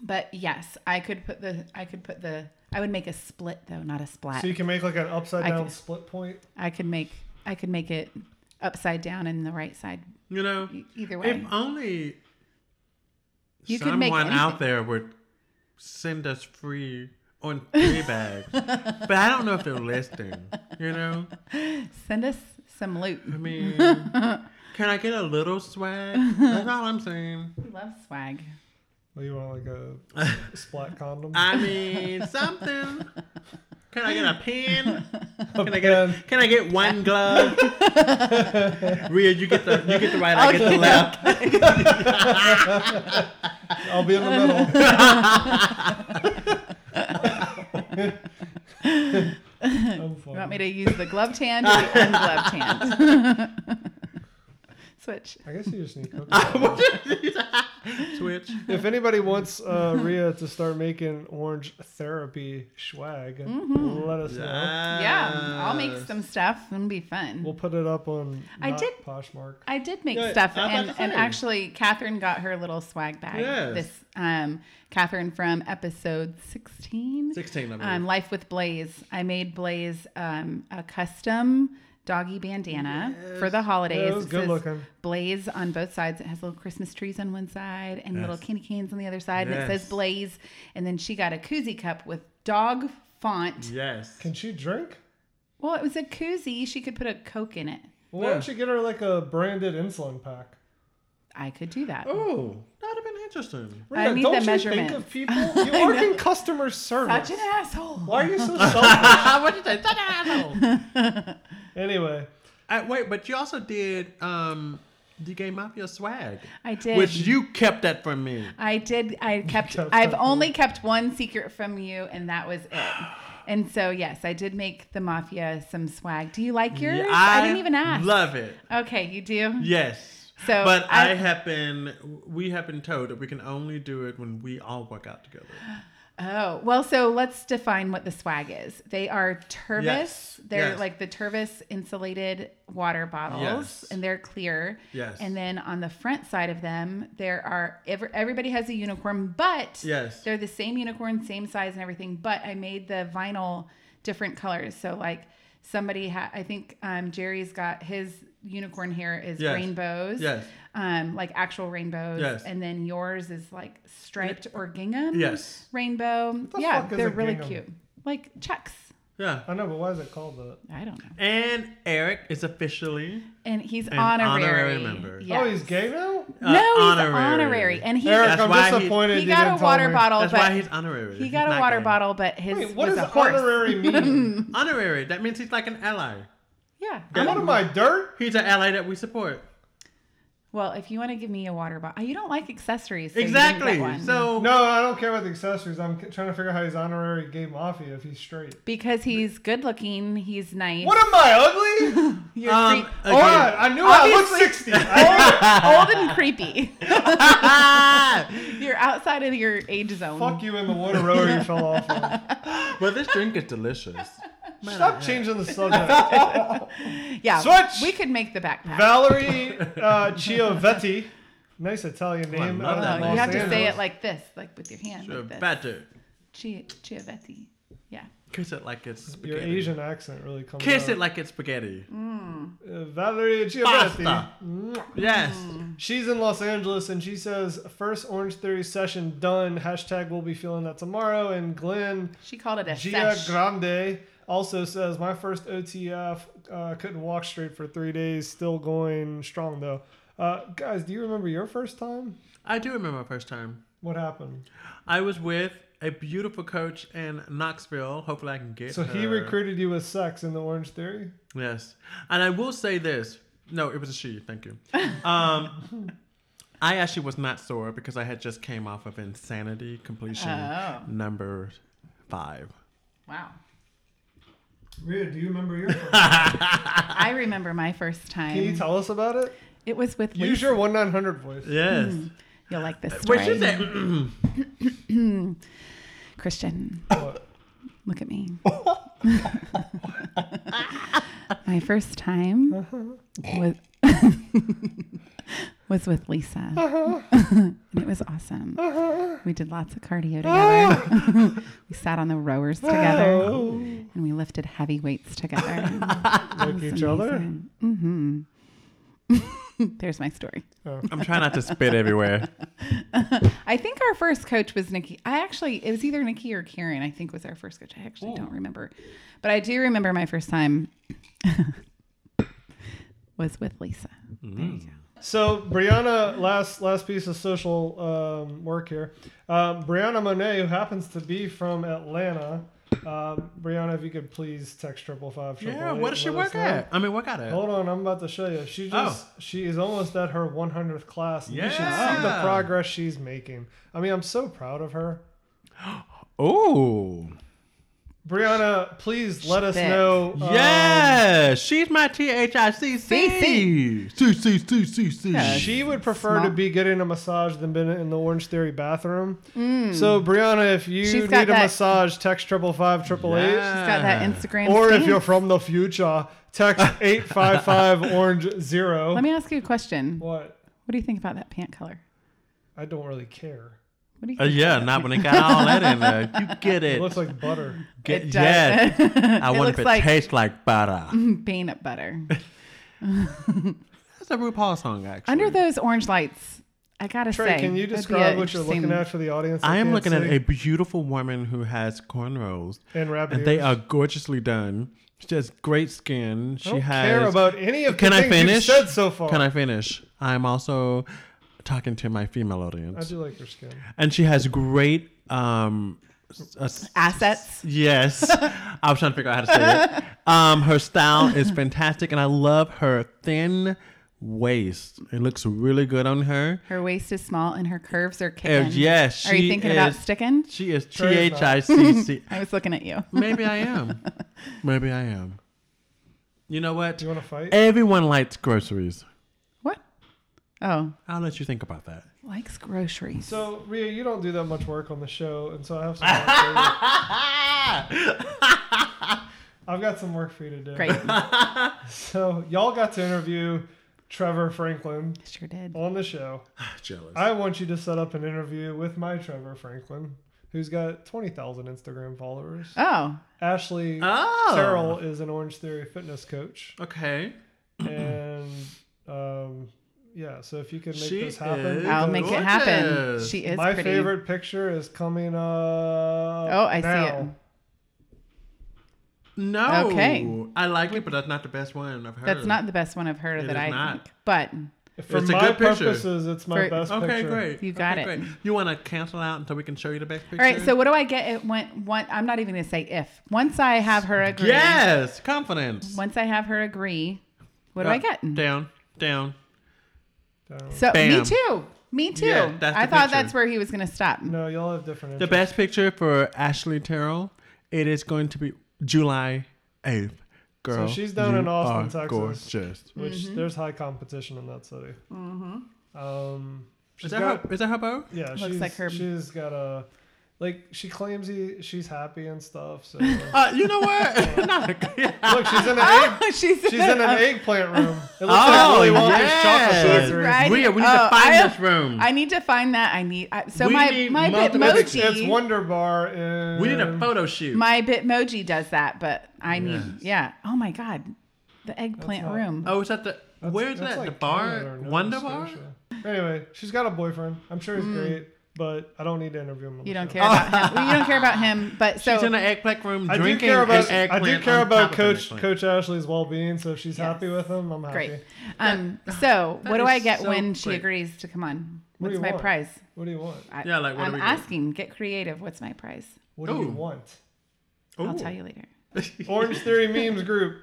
Speaker 2: But yes, I could put the I could put the I would make a split though, not a splat.
Speaker 1: so you can make like an upside
Speaker 2: I
Speaker 1: down
Speaker 2: could-
Speaker 1: split point.
Speaker 2: I could make I could make it upside down and the right side
Speaker 3: You know,
Speaker 2: e- either way.
Speaker 3: if only
Speaker 2: You could make
Speaker 3: someone out
Speaker 2: anything.
Speaker 3: there would send us free on free bags. but I don't know if they're listening. You know,
Speaker 2: Send us some loot.
Speaker 3: I mean, can I get a little swag? That's all I'm saying.
Speaker 2: We love swag.
Speaker 1: Oh, you want like a splat condom?
Speaker 3: I mean, something. Can I get a pen? Can I get
Speaker 1: pen.
Speaker 3: a, Can I get one glove? Rhea, you get the you get the right, I get the left.
Speaker 1: I'll be in the middle. I'm
Speaker 2: You want
Speaker 1: funny.
Speaker 2: me to use the gloved hand or the ungloved hand? Switch.
Speaker 1: I guess you just need cookies.
Speaker 3: Switch.
Speaker 1: if anybody wants uh, Rhea to start making orange therapy swag,
Speaker 2: Mm-hmm.
Speaker 1: let us know.
Speaker 2: Yeah, I'll make
Speaker 3: Yes.
Speaker 2: some stuff. It'll be fun.
Speaker 1: We'll put it up on
Speaker 2: I
Speaker 1: not
Speaker 2: did-
Speaker 1: Poshmark.
Speaker 2: I did make
Speaker 3: Yeah,
Speaker 2: stuff,
Speaker 3: I was about
Speaker 2: and,
Speaker 3: to
Speaker 2: and
Speaker 3: say.
Speaker 2: actually, Catherine got her little swag bag.
Speaker 3: Yes.
Speaker 2: This um, Catherine from episode sixteen.
Speaker 3: 16, I believe.
Speaker 2: Um, Life with Blaze. I made Blaze um, a custom doggy bandana for the holidays.
Speaker 1: Yeah, it was
Speaker 2: It
Speaker 1: good
Speaker 2: says
Speaker 1: looking.
Speaker 2: Blaze on both sides. It has little Christmas trees on one side and little candy canes on the other side, and it says
Speaker 3: Yes.
Speaker 2: Blaze. And then she got a koozie cup with dog font.
Speaker 3: Yes.
Speaker 1: Can she drink?
Speaker 2: Well, it was a koozie. She could put a Coke in it.
Speaker 1: Well, Why don't you get her like a branded insulin pack?
Speaker 2: I could do that.
Speaker 3: Oh, that'd have been interesting.
Speaker 2: I
Speaker 1: Rhea,
Speaker 2: need
Speaker 1: don't
Speaker 2: the
Speaker 1: you
Speaker 2: measurements.
Speaker 1: think of people? You work in customer service.
Speaker 2: Such an asshole.
Speaker 1: Why are you so selfish?
Speaker 3: what did I say?
Speaker 1: anyway,
Speaker 3: Uh, wait, but you also did um, the Gay Mafia swag,
Speaker 2: I did.
Speaker 3: which you kept that from me.
Speaker 2: I did. I kept.
Speaker 1: kept
Speaker 2: I've
Speaker 1: that
Speaker 2: only kept one secret from you, and that was it. And so, yes, I did make the mafia some swag. Do you like yours?
Speaker 3: Yeah,
Speaker 2: I, didn't even ask.
Speaker 3: Love it.
Speaker 2: okay, you do.
Speaker 3: Yes.
Speaker 2: So,
Speaker 3: but I,
Speaker 2: I-
Speaker 3: have been, we have been told that we can only do it when we all work out together.
Speaker 2: Oh well, so let's define what the swag is. They are Turvis.
Speaker 3: Yes,
Speaker 2: They're
Speaker 3: yes.
Speaker 2: like the Turvis insulated water bottles,
Speaker 3: Yes.
Speaker 2: and they're clear.
Speaker 3: Yes.
Speaker 2: And then on the front side of them, there are every, everybody has a unicorn, but
Speaker 3: Yes.
Speaker 2: they're the same unicorn, same size and everything. But I made the vinyl different colors. So like somebody, ha- I think um, Jerry's got his unicorn here is
Speaker 3: Yes.
Speaker 2: rainbows.
Speaker 3: Yes.
Speaker 2: Um, like actual rainbows.
Speaker 3: Yes.
Speaker 2: And then yours is like striped or gingham
Speaker 3: Yes.
Speaker 2: rainbow.
Speaker 1: the
Speaker 2: yeah,
Speaker 1: fuck is
Speaker 2: they're
Speaker 1: a
Speaker 2: really
Speaker 1: gingham?
Speaker 2: cute. Like checks.
Speaker 3: Yeah.
Speaker 1: I know, but why is it called that? Oh,
Speaker 2: I don't know.
Speaker 3: And Eric is officially.
Speaker 2: And he's
Speaker 3: An
Speaker 2: honorary.
Speaker 3: honorary member.
Speaker 2: Yes.
Speaker 1: Oh, he's gay now?
Speaker 2: No, he's honorary.
Speaker 3: honorary.
Speaker 2: And he
Speaker 1: Eric,
Speaker 3: That's
Speaker 1: I'm
Speaker 3: why he-
Speaker 1: disappointed.
Speaker 2: he
Speaker 1: you
Speaker 2: got
Speaker 1: didn't
Speaker 2: a
Speaker 1: tell
Speaker 2: water
Speaker 1: me.
Speaker 2: bottle,
Speaker 3: That's why
Speaker 2: but
Speaker 3: he's honorary.
Speaker 2: he
Speaker 3: He's
Speaker 2: got a
Speaker 3: not
Speaker 2: water
Speaker 3: gay.
Speaker 2: bottle, but his
Speaker 1: Wait, what
Speaker 2: was
Speaker 1: does
Speaker 2: a horse.
Speaker 1: honorary mean?
Speaker 3: Honorary. That means he's like an ally.
Speaker 2: Yeah.
Speaker 1: I'm
Speaker 2: I'm-
Speaker 1: out of my dirt.
Speaker 3: He's an ally that we support.
Speaker 2: Well, if you want to give me a water bottle, you don't like accessories. So you didn't get
Speaker 3: Exactly.
Speaker 2: one.
Speaker 3: So
Speaker 1: No, I don't care about the accessories. I'm c- trying to figure out how he's honorary gay mafia if he's straight.
Speaker 2: because he's good looking, he's nice.
Speaker 1: What am I ugly?
Speaker 2: You're
Speaker 3: Um,
Speaker 2: creep-
Speaker 3: again-
Speaker 2: old,
Speaker 1: God, I knew I looked
Speaker 2: Obviously-
Speaker 1: sixty. I-
Speaker 2: old and creepy.
Speaker 3: Ah!
Speaker 2: You're outside of your age zone.
Speaker 1: Fuck you in the water rower you fell off. Of.
Speaker 3: well, this drink is delicious.
Speaker 1: Stop changing the subject.
Speaker 2: Yeah.
Speaker 1: Switch!
Speaker 2: We could make the backpack.
Speaker 1: Valerie uh, Chiovetti, nice Italian
Speaker 3: Oh, I
Speaker 1: name. Uh,
Speaker 3: love
Speaker 1: out
Speaker 3: that
Speaker 1: of
Speaker 2: No,
Speaker 1: Los
Speaker 3: name.
Speaker 2: you have to say
Speaker 1: Angeles.
Speaker 2: it like this, like with your hand.
Speaker 3: Sure,
Speaker 2: Like this.
Speaker 3: Better.
Speaker 2: Chi- Chiavetti. Yeah.
Speaker 3: Kiss it like it's
Speaker 1: Your
Speaker 3: spaghetti.
Speaker 1: Asian accent really comes
Speaker 3: Kiss
Speaker 1: out.
Speaker 3: it like it's spaghetti.
Speaker 2: Mm.
Speaker 1: Uh, Valerie Giavetti.
Speaker 3: Pasta. Yes.
Speaker 1: She's in Los Angeles and she says, first Orange Theory session done. Hashtag we'll be feeling that tomorrow. And Glenn
Speaker 2: She called it a
Speaker 1: Gia
Speaker 2: sesh.
Speaker 1: Grande also says, my first OTF. Uh, couldn't walk straight for three days. Still going strong though. Uh, guys, do you remember your first time?
Speaker 3: I do remember my first time.
Speaker 1: What happened?
Speaker 3: I was with a beautiful coach in Knoxville. Hopefully, I can get.
Speaker 1: So he
Speaker 3: her.
Speaker 1: recruited you with sex in the Orange Theory?
Speaker 3: Yes, and I will say this. No, it was a she. Thank you. Um, I actually was not sore because I had just came off of insanity completion
Speaker 2: Oh.
Speaker 3: number five.
Speaker 2: Wow.
Speaker 1: Rhea, do you remember your first
Speaker 2: I remember my first
Speaker 1: Can you
Speaker 2: time.
Speaker 1: tell us about it?
Speaker 2: It was with
Speaker 1: Use
Speaker 2: Lisa.
Speaker 1: your 1 900 voice.
Speaker 2: Hmm.
Speaker 3: Yes.
Speaker 2: You'll like this
Speaker 3: Wait, she
Speaker 2: story. Hmm.
Speaker 3: said,
Speaker 2: Christian,
Speaker 1: What?
Speaker 2: look at me. my first time
Speaker 1: Uh-huh.
Speaker 2: was was with Lisa.
Speaker 1: Uh-huh.
Speaker 2: and it was awesome. We did lots of cardio together.
Speaker 1: Ah!
Speaker 2: we sat on the rowers together
Speaker 1: Oh.
Speaker 2: and we lifted heavy weights together.
Speaker 1: Like each other?
Speaker 2: Mm-hmm. There's my story.
Speaker 3: "I'm trying not to spit everywhere."
Speaker 2: I think our first coach was Nikki. I actually, it was either Nikki or Karen, I think was our first coach. I actually don't remember. But I do remember my first time was with Lisa. There you go.
Speaker 1: So Brianna, last last piece of social um, work here. Um, Brianna Monet, who happens to be from Atlanta. Um, Brianna, if you could please text triple five.
Speaker 3: yeah. What does she work at? Oh. I mean, work at it.
Speaker 1: Hold on, I'm about to show you. She just she is almost at her 100th class. and You should see the
Speaker 3: Yeah.
Speaker 1: progress she's making. I mean, I'm so proud of her.
Speaker 3: Oh.
Speaker 1: Brianna, please let us
Speaker 2: Thick.
Speaker 1: know. um,
Speaker 3: Yes, she's my T H I C
Speaker 2: C.
Speaker 3: C. C C C C C.
Speaker 2: Yeah.
Speaker 1: She would prefer to
Speaker 2: Smart.
Speaker 1: be getting a massage than been in the Orange Theory bathroom. So Brianna, if you
Speaker 2: Mm. She's
Speaker 1: need
Speaker 2: got
Speaker 1: a
Speaker 2: that-
Speaker 1: massage, text triple five triple eight.
Speaker 2: She's got that Instagram.
Speaker 1: Uh, Or if you're
Speaker 2: stance.
Speaker 1: from the future, text eight five five orange zero.
Speaker 2: Let me ask you a question. What
Speaker 1: what?
Speaker 2: do you think about that pant color?
Speaker 1: I don't really care.
Speaker 2: What do you
Speaker 3: Uh,
Speaker 2: think?
Speaker 3: yeah, not when it got all that in there. You get
Speaker 1: It
Speaker 3: it.
Speaker 1: looks like butter.
Speaker 3: Get,
Speaker 2: It does.
Speaker 3: yes. I
Speaker 2: It
Speaker 3: wonder if
Speaker 2: looks
Speaker 3: it
Speaker 2: like-
Speaker 3: tastes like butter.
Speaker 2: Peanut butter.
Speaker 3: That's a RuPaul song, actually.
Speaker 2: Under those orange lights, I gotta
Speaker 1: Trey,
Speaker 2: say.
Speaker 1: can you
Speaker 2: that'd be
Speaker 1: describe
Speaker 2: a
Speaker 1: what you're
Speaker 2: interesting-
Speaker 1: looking at for the audience? that
Speaker 3: I am
Speaker 1: can't
Speaker 3: looking at
Speaker 1: see?
Speaker 3: a beautiful woman who has cornrows,
Speaker 1: and rabbit
Speaker 3: and they
Speaker 1: ears?
Speaker 3: are gorgeously done. She has great skin. She
Speaker 1: I don't
Speaker 3: has.
Speaker 1: care about any of the
Speaker 3: Can I
Speaker 1: things you've
Speaker 3: finish?
Speaker 1: said so far.
Speaker 3: Can I finish? I'm also talking to my female
Speaker 1: I
Speaker 3: audience,
Speaker 1: do like your skin.
Speaker 3: and she has great um. s- s-
Speaker 2: Assets.
Speaker 3: Yes. I was trying to figure out how to say it. Um, her style is fantastic, and I love her thin waist. It looks really good on her.
Speaker 2: Her waist is small and her curves are
Speaker 3: Uh,
Speaker 2: kicking.
Speaker 3: yes.
Speaker 2: Are you
Speaker 3: she
Speaker 2: thinking about
Speaker 3: is-
Speaker 2: sticking?
Speaker 3: She is T
Speaker 1: Sure is
Speaker 3: H I C C.
Speaker 2: I was looking at you.
Speaker 3: Maybe I am. Maybe I am. You know what?
Speaker 1: Do you want to fight?
Speaker 3: Everyone likes groceries.
Speaker 2: What? Oh,
Speaker 3: I'll let you think about that.
Speaker 2: likes groceries.
Speaker 1: So Ria, you don't do that much work on the show, and so I have some. Work for you. Ah! I've got some work for you to do.
Speaker 2: Great.
Speaker 1: So y'all got to interview Trevor Franklin
Speaker 2: sure did.
Speaker 1: on the show.
Speaker 3: Jealous.
Speaker 1: I want you to set up an interview with my Trevor Franklin, who's got twenty thousand Instagram followers.
Speaker 2: Oh,
Speaker 1: Ashley
Speaker 3: Oh.
Speaker 1: Terrell is an Orange Theory fitness coach,
Speaker 3: Okay.
Speaker 1: and um, yeah. So if you can make
Speaker 3: She
Speaker 1: this happen,
Speaker 3: is-
Speaker 2: I'll make it happen.
Speaker 3: Gorgeous.
Speaker 2: She is
Speaker 1: my
Speaker 2: pretty.
Speaker 1: favorite picture is coming up.
Speaker 2: Oh, I see
Speaker 1: now.
Speaker 2: it.
Speaker 3: No.
Speaker 2: Okay.
Speaker 3: I like it, but that's not the best one I've heard.
Speaker 2: That's not the best one I've heard of
Speaker 3: It
Speaker 2: that
Speaker 3: is
Speaker 2: I
Speaker 3: not.
Speaker 2: think. But
Speaker 1: For
Speaker 3: It's a
Speaker 1: my
Speaker 3: good picture.
Speaker 1: purposes, it's my
Speaker 2: For-
Speaker 1: best
Speaker 3: Okay,
Speaker 1: picture.
Speaker 3: great.
Speaker 2: You got
Speaker 3: Okay,
Speaker 2: it.
Speaker 3: You want to cancel out until we can show you the best picture?
Speaker 2: all right, so what do I get? It went one. I'm not even gonna say if. Once I have her agree.
Speaker 3: yes, confidence.
Speaker 2: Once I have her agree, what
Speaker 3: Uh,
Speaker 2: do I get?
Speaker 3: Down, down.
Speaker 1: Down.
Speaker 2: So me
Speaker 3: Bam.
Speaker 2: too. Me too.
Speaker 3: Yeah, that's
Speaker 2: I
Speaker 3: the
Speaker 2: thought
Speaker 3: picture.
Speaker 2: that's where he was gonna stop.
Speaker 1: No, y'all have different.
Speaker 3: The
Speaker 1: Interests.
Speaker 3: best picture for Ashley Terrell. It is going to be July eighth. Girl,
Speaker 1: she's down in
Speaker 3: you
Speaker 1: Austin,
Speaker 3: are
Speaker 1: Texas.
Speaker 3: Gorgeous.
Speaker 1: Which
Speaker 2: Mm-hmm.
Speaker 1: there's high competition in that city. Mm-hmm. Um, she's
Speaker 3: Is that
Speaker 1: got,
Speaker 3: her? Is that her bow?
Speaker 1: yeah,
Speaker 2: Looks
Speaker 1: she's,
Speaker 2: like her-
Speaker 1: she's got a Like she claims he, she's happy and stuff. So
Speaker 3: Uh, you know what? Not a-
Speaker 1: look, she's in an egg.
Speaker 2: she's
Speaker 1: She's in an eggplant room. It looks
Speaker 3: Oh,
Speaker 1: like Willy Wonka's
Speaker 3: yes.
Speaker 1: chocolate
Speaker 3: She's
Speaker 1: factory.
Speaker 2: right.
Speaker 3: we, we need to
Speaker 2: Oh,
Speaker 3: find
Speaker 2: I-
Speaker 3: this room.
Speaker 2: I need to find that. I need I, so
Speaker 3: We
Speaker 2: my
Speaker 3: need
Speaker 2: my
Speaker 3: multiple-
Speaker 2: Bitmoji.
Speaker 1: It's, it's Wonder Bar and
Speaker 3: we need a photo shoot.
Speaker 2: My Bitmoji does that, but I need
Speaker 3: Yes.
Speaker 2: yeah. Oh my god, the eggplant
Speaker 1: not-
Speaker 2: room.
Speaker 3: oh, is that the? where's
Speaker 1: That's
Speaker 3: that? the
Speaker 1: like Canada
Speaker 3: bar?
Speaker 1: or Nova
Speaker 3: Wonder bar?
Speaker 1: Scotia. Anyway, she's got a boyfriend. I'm sure he's great, but I don't need to interview him. on
Speaker 2: Mm. you
Speaker 1: the
Speaker 2: don't
Speaker 1: show.
Speaker 2: care about him. You don't care about him, but so
Speaker 3: she's in the eggplant room
Speaker 1: I do
Speaker 3: drinking
Speaker 1: care about
Speaker 3: an
Speaker 1: I
Speaker 3: eggplant.
Speaker 1: do care
Speaker 3: on
Speaker 1: about
Speaker 3: top of an
Speaker 1: Coach
Speaker 3: eggplant.
Speaker 1: Coach Ashley's well being. So if she's
Speaker 2: Yes.
Speaker 1: happy with him, I'm happy.
Speaker 2: great. Um, so
Speaker 3: that
Speaker 2: what do I
Speaker 3: is
Speaker 2: get
Speaker 3: so
Speaker 2: when she
Speaker 3: quick.
Speaker 2: agrees to come on?
Speaker 1: What do
Speaker 2: What's
Speaker 1: you
Speaker 2: my
Speaker 1: want?
Speaker 2: prize?
Speaker 1: What do you want?
Speaker 2: I,
Speaker 3: Yeah, like, what
Speaker 2: I'm
Speaker 3: do we do?
Speaker 2: asking. Get creative. What's my prize?
Speaker 1: What do you
Speaker 3: Ooh.
Speaker 1: want?
Speaker 2: I'll
Speaker 3: Ooh.
Speaker 2: tell you later.
Speaker 1: Orange Theory memes group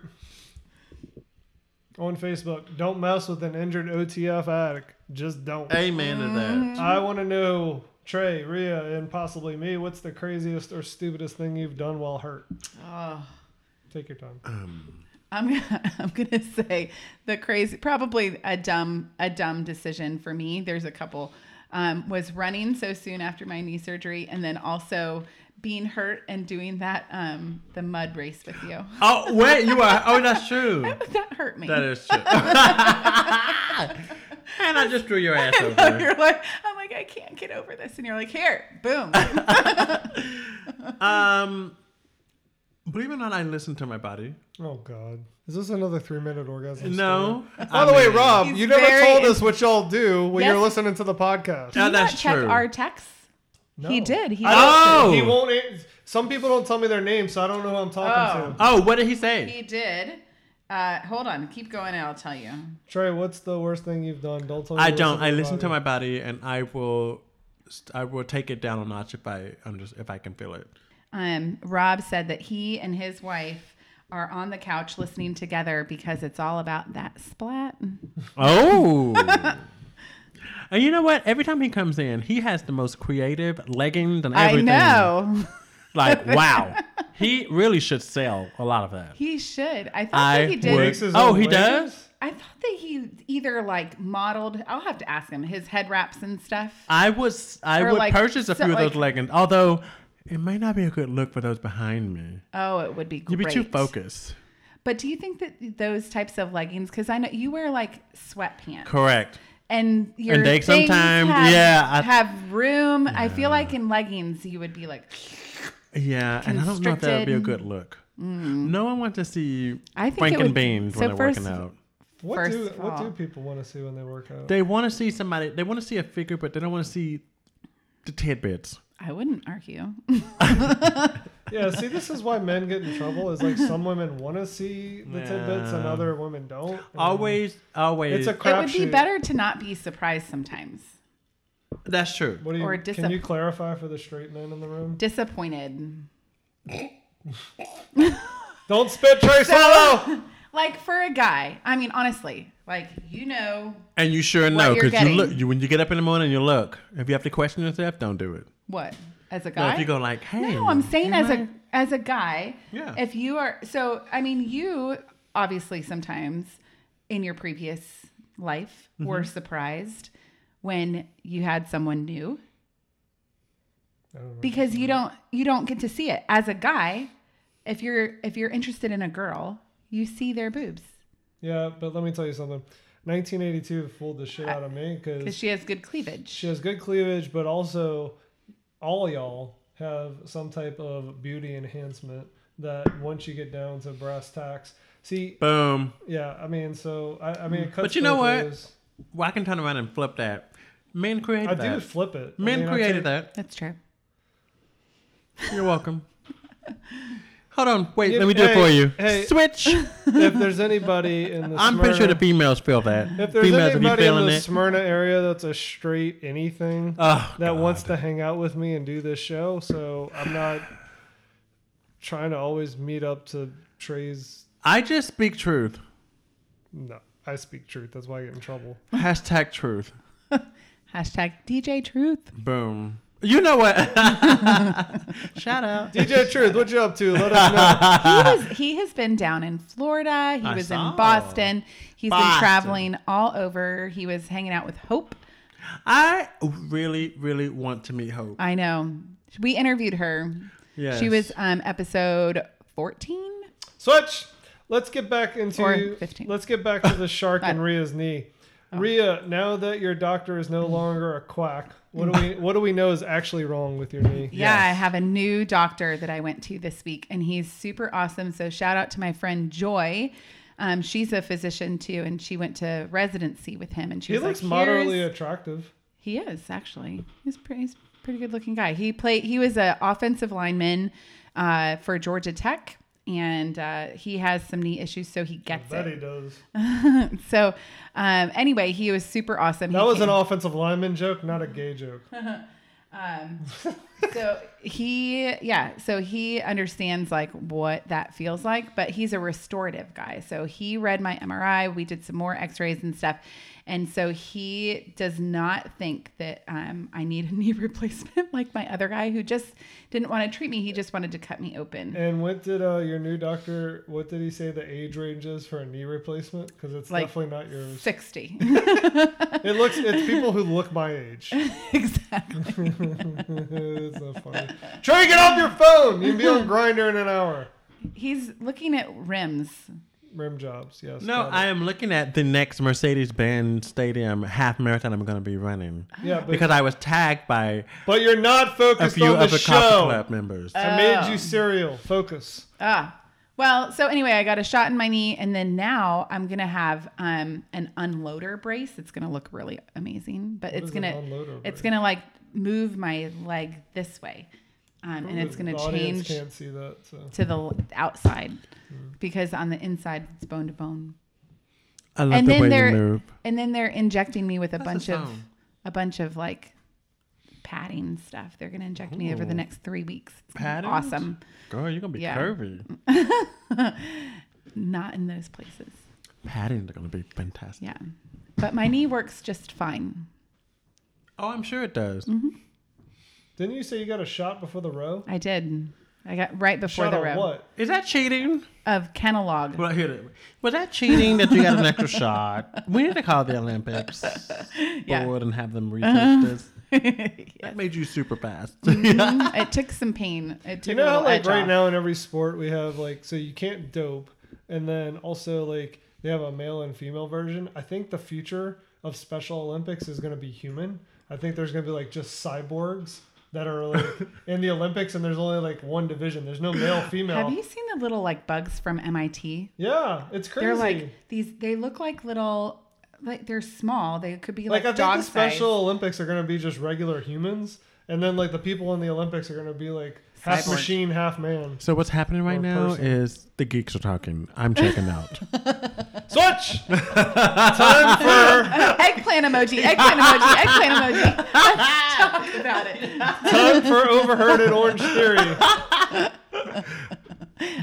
Speaker 1: on Facebook. Don't mess with an injured OTF addict. Just don't.
Speaker 3: Amen to that.
Speaker 1: I want to know Trey, Rhea, and possibly me. What's the craziest or stupidest thing you've done while hurt?
Speaker 2: Oh.
Speaker 3: Ah.
Speaker 1: Take your time.
Speaker 2: I'm gonna, I'm gonna say the crazy, probably a dumb, a dumb decision for me. There's a couple. Um, was running so soon after my knee surgery, and then also being hurt and doing that um, the mud race with you.
Speaker 3: Oh wait, you are. Oh, that's true.
Speaker 2: that hurt me.
Speaker 3: That is true. and I just threw your ass
Speaker 2: So
Speaker 3: over.
Speaker 2: you're like, I'm like, I can't get over this, and you're like, here, boom.
Speaker 3: Um, believe it or not, I listen to my body.
Speaker 1: Oh God, is this another three-minute orgasm?
Speaker 3: No.
Speaker 1: By the way, Rob,
Speaker 2: He's
Speaker 1: you never
Speaker 2: very
Speaker 1: told us what y'all do when
Speaker 2: Yes.
Speaker 1: you're listening to the podcast.
Speaker 2: Did you
Speaker 3: Oh, that's
Speaker 2: not check
Speaker 3: true.
Speaker 2: our texts?
Speaker 1: No.
Speaker 2: He did. He
Speaker 1: I don't-
Speaker 3: Oh!
Speaker 1: he won't. an- Some people don't tell me their name, so I don't know who I'm talking to.
Speaker 3: Oh, what did he say?
Speaker 2: He did. Uh, hold on, keep going, and I'll tell you.
Speaker 1: Trey, what's the worst thing you've done? Don't tell me.
Speaker 3: I
Speaker 1: you
Speaker 3: don't. I
Speaker 1: your
Speaker 3: listen to
Speaker 1: body.
Speaker 3: my body, and I will. I will take it down a notch if I under, if I can feel it.
Speaker 2: Um, Rob said that he and his wife are on the couch listening together because it's all about that splat.
Speaker 3: Oh. and you know what? Every time he comes in, he has the most creative leggings and everything.
Speaker 2: I know.
Speaker 3: Like wow, he really should sell a lot of that.
Speaker 2: He should. I thought
Speaker 3: I
Speaker 2: that he did.
Speaker 3: would-
Speaker 1: Makes his
Speaker 3: Oh,
Speaker 1: own
Speaker 3: he
Speaker 1: legs?
Speaker 3: does?
Speaker 2: I thought that he either like modeled. I'll have to ask him his head wraps and stuff.
Speaker 3: I was I
Speaker 2: Or
Speaker 3: would
Speaker 2: like
Speaker 3: purchase a few
Speaker 2: so-
Speaker 3: of
Speaker 2: like-
Speaker 3: those leggings, although it may not be a good look for those behind me.
Speaker 2: Oh, it would be
Speaker 3: You'd
Speaker 2: great.
Speaker 3: be too focused.
Speaker 2: But do you think that those types of leggings? Because I know you wear like sweatpants.
Speaker 3: Correct.
Speaker 2: and your
Speaker 3: And they
Speaker 2: things
Speaker 3: sometimes-
Speaker 2: have,
Speaker 3: yeah, I-
Speaker 2: have room. I feel like in leggings you would be like,
Speaker 3: Yeah, and I don't know if that would be a
Speaker 2: Constricted. Mm.
Speaker 3: good look. No one wants to see
Speaker 2: I think it
Speaker 3: Franken
Speaker 2: would-
Speaker 3: beans
Speaker 2: so
Speaker 3: when they're
Speaker 2: first-
Speaker 3: working out.
Speaker 1: What
Speaker 2: First
Speaker 1: do
Speaker 2: of
Speaker 1: what
Speaker 2: all.
Speaker 1: do people want to see when they work out?
Speaker 3: They want to see somebody. They want to see a figure, but they don't want to see the tidbits.
Speaker 2: I wouldn't argue.
Speaker 1: yeah, see, this is why men get in trouble. Is like some women want to see the tidbits and
Speaker 3: Yeah.
Speaker 1: other women don't. And
Speaker 3: Always, always.
Speaker 1: Uh, it's a
Speaker 2: it
Speaker 1: crap
Speaker 2: would be
Speaker 1: shoot.
Speaker 2: better to not be surprised sometimes.
Speaker 3: that's true.
Speaker 1: What do you,
Speaker 2: or
Speaker 1: can
Speaker 2: disap-
Speaker 1: you clarify for the straight men in the room?
Speaker 2: Disappointed.
Speaker 1: Don't spit, Trey Solo.
Speaker 2: Like for a guy, I mean, honestly, like you know
Speaker 3: And you sure know
Speaker 2: you're
Speaker 3: because you
Speaker 2: getting.
Speaker 3: look. You, when you get up in the morning, you look. If you have to question yourself, don't do it.
Speaker 2: what as a
Speaker 3: No,
Speaker 2: guy.
Speaker 3: if you go like, hey,
Speaker 2: No, I'm saying as
Speaker 3: am
Speaker 2: a as a guy,
Speaker 3: Yeah.
Speaker 2: if you are so I mean you obviously sometimes in your previous life were surprised when you had someone new because you don't you don't get to see it as a guy if you're if you're interested in a girl you see their boobs
Speaker 1: yeah, but let me tell you something. 1982 fooled the shit out of me
Speaker 2: because
Speaker 1: because
Speaker 2: she has good cleavage
Speaker 1: she has good cleavage, but also all y'all have some type of beauty enhancement that once you get down to brass tacks. See,
Speaker 3: boom.
Speaker 1: yeah, I mean, so I, I mean, it cuts
Speaker 3: Mm. you know
Speaker 1: both
Speaker 3: what?
Speaker 1: ways.
Speaker 3: Well, I can turn around and flip that. Men created
Speaker 1: I
Speaker 3: that.
Speaker 1: do flip it.
Speaker 3: Men
Speaker 1: I mean, I
Speaker 3: created
Speaker 1: take-
Speaker 3: that.
Speaker 2: that's true
Speaker 3: You're welcome. Hold on, wait.
Speaker 1: Yeah,
Speaker 3: let me do it for
Speaker 1: hey,
Speaker 3: you.
Speaker 1: hey.
Speaker 3: Switch.
Speaker 1: If there's anybody in the,
Speaker 3: I'm pretty sure the
Speaker 1: Smyrna-
Speaker 3: females feel that.
Speaker 1: If there's
Speaker 3: females, if
Speaker 1: anybody
Speaker 3: you
Speaker 1: in
Speaker 3: feeling
Speaker 1: the
Speaker 3: it?
Speaker 1: Smyrna area that's a straight anything
Speaker 3: Oh,
Speaker 1: that
Speaker 3: God.
Speaker 1: wants to hang out with me and do this show, so I'm not trying to always meet up to Trey's.
Speaker 3: I just speak truth.
Speaker 1: No, I speak truth. That's why I get in trouble.
Speaker 3: Hashtag truth.
Speaker 2: hashtag dj truth
Speaker 3: Boom. You know what? Shout out.
Speaker 1: DJ Truth, what you up to? Let us know.
Speaker 2: he, was, he has been down in florida he
Speaker 3: I
Speaker 2: was
Speaker 3: saw.
Speaker 2: in boston He's been
Speaker 3: Boston.
Speaker 2: traveling all over he was hanging out with hope
Speaker 3: I really, really want to meet Hope.
Speaker 2: i know We interviewed her.
Speaker 3: Yes.
Speaker 2: She was um, episode 14.
Speaker 1: Switch. Let's get back into
Speaker 2: Or 15.
Speaker 1: let's get back to the shark and Rhea's knee.
Speaker 2: Oh.
Speaker 1: Rhea, now that your doctor is no longer a quack, what do we what do we know is actually wrong with your knee?
Speaker 2: Yeah, I
Speaker 3: Yes.
Speaker 2: have a new doctor that I went to this week, and he's super awesome. So shout out to my friend Joy. Um, she's a physician too, and she went to residency with him. And she
Speaker 1: He
Speaker 2: was
Speaker 1: looks
Speaker 2: like,
Speaker 1: moderately
Speaker 2: "Here's-"
Speaker 1: attractive.
Speaker 2: He is actually. He's pretty. He's a pretty good looking guy. He played. He was an offensive lineman uh, for Georgia Tech, and uh, he has some knee issues, so he gets
Speaker 1: That he
Speaker 2: it.
Speaker 1: does.
Speaker 2: So um, anyway, he was super awesome.
Speaker 1: That
Speaker 2: He
Speaker 1: was
Speaker 2: came-
Speaker 1: an offensive lineman joke, not a gay joke.
Speaker 2: so he yeah so he understands like what that feels like but he's a restorative guy so he read my mri we did some more x-rays and stuff and so he does not think that um, i need a knee replacement like my other guy who just didn't want to treat me he just wanted to cut me open
Speaker 1: And what did uh, your new doctor? What did he say the age range is for a knee replacement? Because it's
Speaker 2: Like-
Speaker 1: definitely not yours.
Speaker 2: 60
Speaker 1: It looks. It's people who look my age.
Speaker 2: exactly
Speaker 1: it's not funny. Try to get off your phone. You'll be on grinder in an hour.
Speaker 2: he's looking at rims
Speaker 1: Rim jobs. Yes.
Speaker 3: No,
Speaker 1: got
Speaker 3: I
Speaker 1: it.
Speaker 3: am looking at the next Mercedes-Benz Stadium half marathon I'm going to be running
Speaker 1: Yeah, but,
Speaker 3: because I was tagged by
Speaker 1: but you're not
Speaker 3: a
Speaker 1: focused
Speaker 3: few
Speaker 1: on the
Speaker 3: other Coffee
Speaker 1: show.
Speaker 3: Club members.
Speaker 2: Uh,
Speaker 1: I made
Speaker 2: Oh.
Speaker 1: you cereal. Focus.
Speaker 2: Ah. Well, so anyway, I got a shot in my knee, and then now I'm gonna have um, an unloader brace. It's gonna look really amazing, but it's
Speaker 1: is an
Speaker 2: gonna
Speaker 1: unloader
Speaker 2: it's
Speaker 1: brace?
Speaker 2: gonna like move my leg this way, um, and it's gonna
Speaker 1: The audience
Speaker 2: change
Speaker 1: Can't Hmm. see that. So.
Speaker 2: to the l- outside because on the inside it's bone to bone.
Speaker 3: I love
Speaker 2: And
Speaker 3: the
Speaker 2: then
Speaker 3: way you
Speaker 2: they're
Speaker 3: move.
Speaker 2: and then they're injecting me with a
Speaker 3: That's a
Speaker 2: bunch of
Speaker 3: song.
Speaker 2: a bunch of like padding stuff. They're gonna inject me over the
Speaker 3: Ooh.
Speaker 2: next three weeks. It's gonna be
Speaker 3: Padding?
Speaker 2: awesome.
Speaker 3: Girl, you're going to be
Speaker 2: Yeah.
Speaker 3: curvy.
Speaker 2: Not in those places.
Speaker 3: Padding's going to be fantastic.
Speaker 2: Yeah. But my knee works just fine.
Speaker 3: Oh, I'm sure it does.
Speaker 2: Mm-hmm.
Speaker 1: Didn't you say you got a shot before the row?
Speaker 2: I did. I got right before
Speaker 1: Shot
Speaker 2: the
Speaker 1: of
Speaker 2: row
Speaker 1: what?
Speaker 3: Is that cheating?
Speaker 2: of Kenalog.
Speaker 3: Well, here, it is. was that cheating that you got an extra shot? We need to call the Olympics
Speaker 2: Yeah. Uh-huh.
Speaker 3: board and have them research this. That made you super fast.
Speaker 2: Mhm. it took some pain. It took
Speaker 1: You
Speaker 2: a
Speaker 1: know how
Speaker 2: little
Speaker 1: like
Speaker 2: edge
Speaker 1: right
Speaker 2: off.
Speaker 1: now in every sport we have like so you can't dope and then also like they have a male and female version. I think the future of Special Olympics is gonna be human. I think there's gonna be like just cyborgs that are like in the Olympics and there's only like one division. There's no male
Speaker 2: Have
Speaker 1: female.
Speaker 2: you seen the little like bugs from MIT?
Speaker 1: Yeah, it's crazy.
Speaker 2: They're
Speaker 1: like
Speaker 2: like these. They look like little. Like they're small. They could be like,
Speaker 1: I think
Speaker 2: dog
Speaker 1: the
Speaker 2: size.
Speaker 1: Special Olympics are gonna be just regular humans and then like the people in the Olympics are gonna be like half
Speaker 2: Cyborg.
Speaker 1: machine, half man.
Speaker 3: so what's happening right
Speaker 1: Or
Speaker 3: now
Speaker 1: person.
Speaker 3: is the geeks are talking. I'm checking out.
Speaker 1: Switch time for
Speaker 2: eggplant emoji. Eggplant emoji. Eggplant emoji. Let's talk about it.
Speaker 1: Time for overheard at Orange Theory.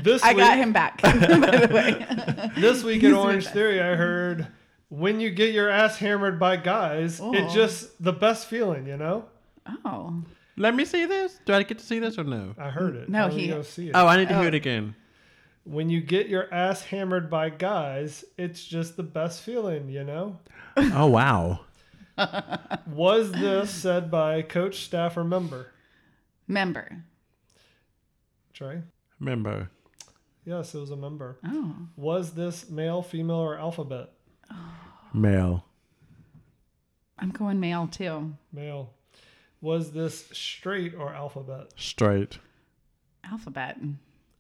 Speaker 1: This
Speaker 2: I
Speaker 1: week,
Speaker 2: got him back. By the way,
Speaker 1: this week at Orange Theory, I heard when you get your ass hammered by guys,
Speaker 2: Oh.
Speaker 1: it's just the best feeling, you know.
Speaker 2: oh,
Speaker 3: Let me see this. Do I get to see this or no?
Speaker 1: I heard it. I
Speaker 2: No,
Speaker 1: wanna
Speaker 2: he-
Speaker 1: go see it.
Speaker 3: Oh, I need to
Speaker 2: Oh.
Speaker 3: hear it again.
Speaker 1: When you get your ass hammered by guys, it's just the best feeling, you know.
Speaker 3: Oh wow.
Speaker 1: Was this said by coach, staff, or member?
Speaker 2: member.
Speaker 1: Trey.
Speaker 3: Remember.
Speaker 1: Yes, it was a member.
Speaker 2: Oh,
Speaker 1: Was this male, female, or alphabet?
Speaker 3: Male.
Speaker 2: I'm going male too.
Speaker 1: Male. Was this straight or alphabet?
Speaker 3: Straight.
Speaker 2: Alphabet.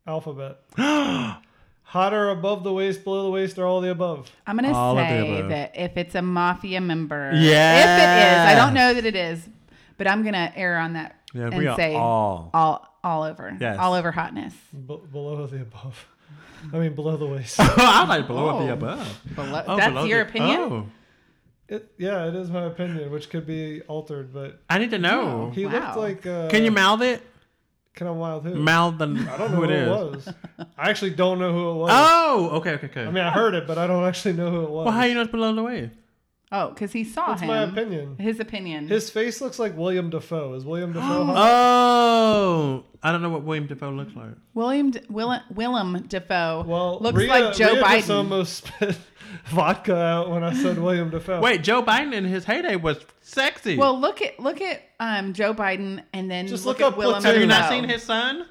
Speaker 1: Alphabet. Hotter above the waist, below the waist, or all the above.
Speaker 2: I'm gonna
Speaker 3: All of the
Speaker 2: say
Speaker 3: above.
Speaker 2: that if it's a mafia member,
Speaker 3: Yeah.
Speaker 2: if it is, I don't know that it is, but I'm gonna err on that
Speaker 3: Yeah,
Speaker 2: and
Speaker 3: we are
Speaker 2: say
Speaker 3: all.
Speaker 2: all all over,
Speaker 3: Yes.
Speaker 2: all over hotness,
Speaker 1: B- below the above. I mean, below the waist.
Speaker 3: I like below
Speaker 2: Oh.
Speaker 3: the above.
Speaker 2: Below,
Speaker 3: Oh,
Speaker 2: that's
Speaker 3: below
Speaker 2: your
Speaker 3: the-
Speaker 2: opinion.
Speaker 3: Oh.
Speaker 1: It, yeah, it is my opinion, which could be altered, but
Speaker 3: I need to know.
Speaker 1: he looked
Speaker 2: Wow.
Speaker 1: like. Uh,
Speaker 3: Can you mouth it?
Speaker 1: Can I wild who?
Speaker 3: Mouth the
Speaker 1: I don't know
Speaker 3: who
Speaker 1: who
Speaker 3: it is.
Speaker 1: was. I actually don't know who it was.
Speaker 3: Oh, okay, okay, okay.
Speaker 1: I mean, I heard it, but I don't actually know who it was.
Speaker 3: uh, well, how you know it's below the waist?
Speaker 2: Oh, because he saw
Speaker 1: That's
Speaker 2: him.
Speaker 1: my opinion.
Speaker 2: His opinion.
Speaker 1: His face looks like William Defoe. Is William Defoe?
Speaker 3: uh,
Speaker 1: hot?
Speaker 3: Oh, I don't know what William Defoe looks like.
Speaker 2: William D- Will, Willem Defoe
Speaker 1: well,
Speaker 2: looks
Speaker 1: Rhea-
Speaker 2: like Joe
Speaker 1: Rhea just
Speaker 2: Biden.
Speaker 1: almost spit vodka out when I said William Defoe.
Speaker 3: Wait, Joe Biden in his heyday was sexy.
Speaker 2: Well, look at look at um, Joe Biden, and then
Speaker 1: Just
Speaker 2: look,
Speaker 1: look
Speaker 2: at
Speaker 1: up
Speaker 2: Willem.
Speaker 1: Platoon.
Speaker 3: have you not
Speaker 2: Defoe.
Speaker 3: seen his son?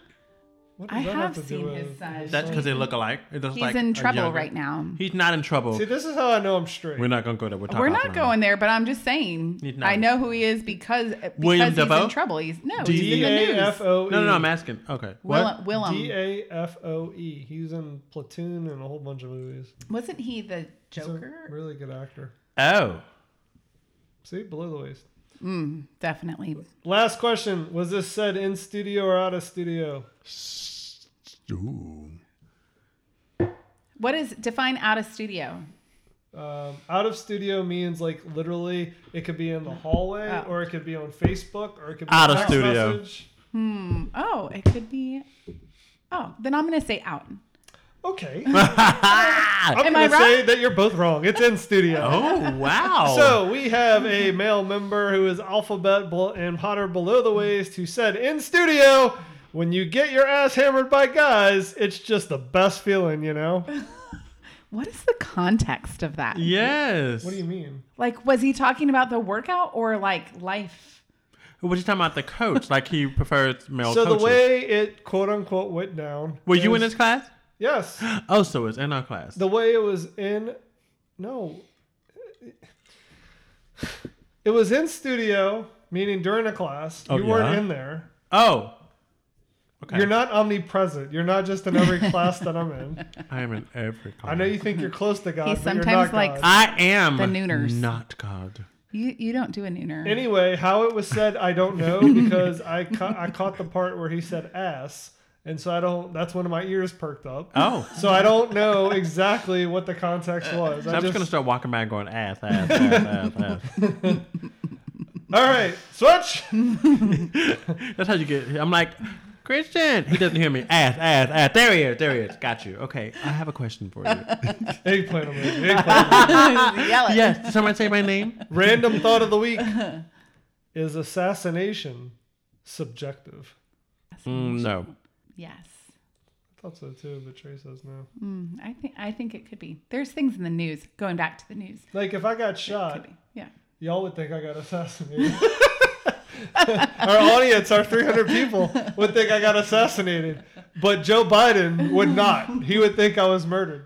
Speaker 1: What
Speaker 2: I
Speaker 1: does that
Speaker 2: have
Speaker 1: to do
Speaker 2: seen
Speaker 1: with-
Speaker 2: his son.
Speaker 3: That's because they look alike. It looks
Speaker 2: He's
Speaker 3: like
Speaker 2: in
Speaker 3: a
Speaker 2: trouble
Speaker 3: younger-
Speaker 2: right now.
Speaker 3: He's not in trouble.
Speaker 1: See, this is how I know I'm straight.
Speaker 3: We're not gonna go there. We're,
Speaker 2: We're not going there, but I'm just saying.
Speaker 3: He's not.
Speaker 2: I know who he is because because
Speaker 3: William
Speaker 2: he's
Speaker 3: Defoe?
Speaker 2: in trouble. He's no, he's in
Speaker 1: D
Speaker 2: the
Speaker 1: A
Speaker 2: news.
Speaker 1: F O E.
Speaker 3: No, no, no. I'm asking. Okay. What?
Speaker 2: Willem, Willem.
Speaker 1: D A F O E. He was in Platoon and a whole bunch of movies.
Speaker 2: wasn't he the
Speaker 1: He's
Speaker 2: Joker?
Speaker 1: a really good actor.
Speaker 3: Oh.
Speaker 1: See, below the waist.
Speaker 2: Mm, definitely.
Speaker 1: Last question: Was this said in studio or out of studio?
Speaker 3: Ooh.
Speaker 2: What is define out of studio?
Speaker 1: Um, out of studio means like literally it could be in the hallway
Speaker 2: Oh.
Speaker 1: or it could be on Facebook or it could be
Speaker 3: Out of
Speaker 1: text
Speaker 3: studio.
Speaker 1: message.
Speaker 2: Hmm. Oh, it could be. Oh, then I'm gonna say out.
Speaker 1: Okay,
Speaker 3: oh
Speaker 1: I'm
Speaker 2: Am I
Speaker 1: gonna say
Speaker 2: right?
Speaker 1: that you're both wrong. It's in
Speaker 2: Oh,
Speaker 1: studio.
Speaker 3: wow.
Speaker 1: So we have a male member who is alphabet bel- and hotter below the waist who said in studio. When you get your ass hammered by guys, it's just the best feeling, you know?
Speaker 2: What is the context of that?
Speaker 3: yes.
Speaker 1: What do you mean?
Speaker 2: Like, was he talking about the workout or like life?
Speaker 3: What you talking about? The coach? like he prefers male
Speaker 1: So
Speaker 3: coaches.
Speaker 1: the way it quote unquote went down.
Speaker 3: Were you in
Speaker 1: is-
Speaker 3: his class?
Speaker 1: Yes.
Speaker 3: Oh, so it's in our class.
Speaker 1: the way it was in no it was in studio meaning during a class
Speaker 3: Oh,
Speaker 1: you weren't
Speaker 3: yeah?
Speaker 1: in there
Speaker 3: oh. Okay.
Speaker 1: you're not omnipresent you're not just in every class that i'm in
Speaker 3: I am in every class.
Speaker 1: i know you think you're close to god
Speaker 2: He
Speaker 1: but you're
Speaker 2: sometimes
Speaker 1: not god.
Speaker 2: likes-
Speaker 3: I am
Speaker 2: The nooners.
Speaker 3: Not God.
Speaker 2: You you don't do a nooner.
Speaker 1: anyway how it was said i don't know because i ca- i caught the part where he said ass and so i don't that's when my ears perked up
Speaker 3: Oh. Uh,
Speaker 1: so i don't know exactly what the context was
Speaker 3: So
Speaker 1: I
Speaker 3: I'm just
Speaker 1: just
Speaker 3: gonna start walking back, going ass, ass, ass, ass, ass.
Speaker 1: all right switch
Speaker 3: That's how you get. I'm like, Christian. He doesn't hear me. Ass, ass, ass. There he is. There he is. Got you. Okay. I have a question for you.
Speaker 1: eggplant emoji, eggplant
Speaker 2: Yell it.
Speaker 3: yes. Did someone say my name?
Speaker 1: Random thought of the week is assassination subjective.
Speaker 3: Mm, no.
Speaker 2: Yes.
Speaker 1: I thought so too, but Trey says no.
Speaker 2: Mm, I think I think it could be. There's things in the news. Going back to the news.
Speaker 1: Like if I got
Speaker 2: Could
Speaker 1: shot,
Speaker 2: be. Yeah.
Speaker 1: y'all would think I got assassinated. our audience, our 300 people, would think I got assassinated, but Joe Biden would not. He would think I was murdered.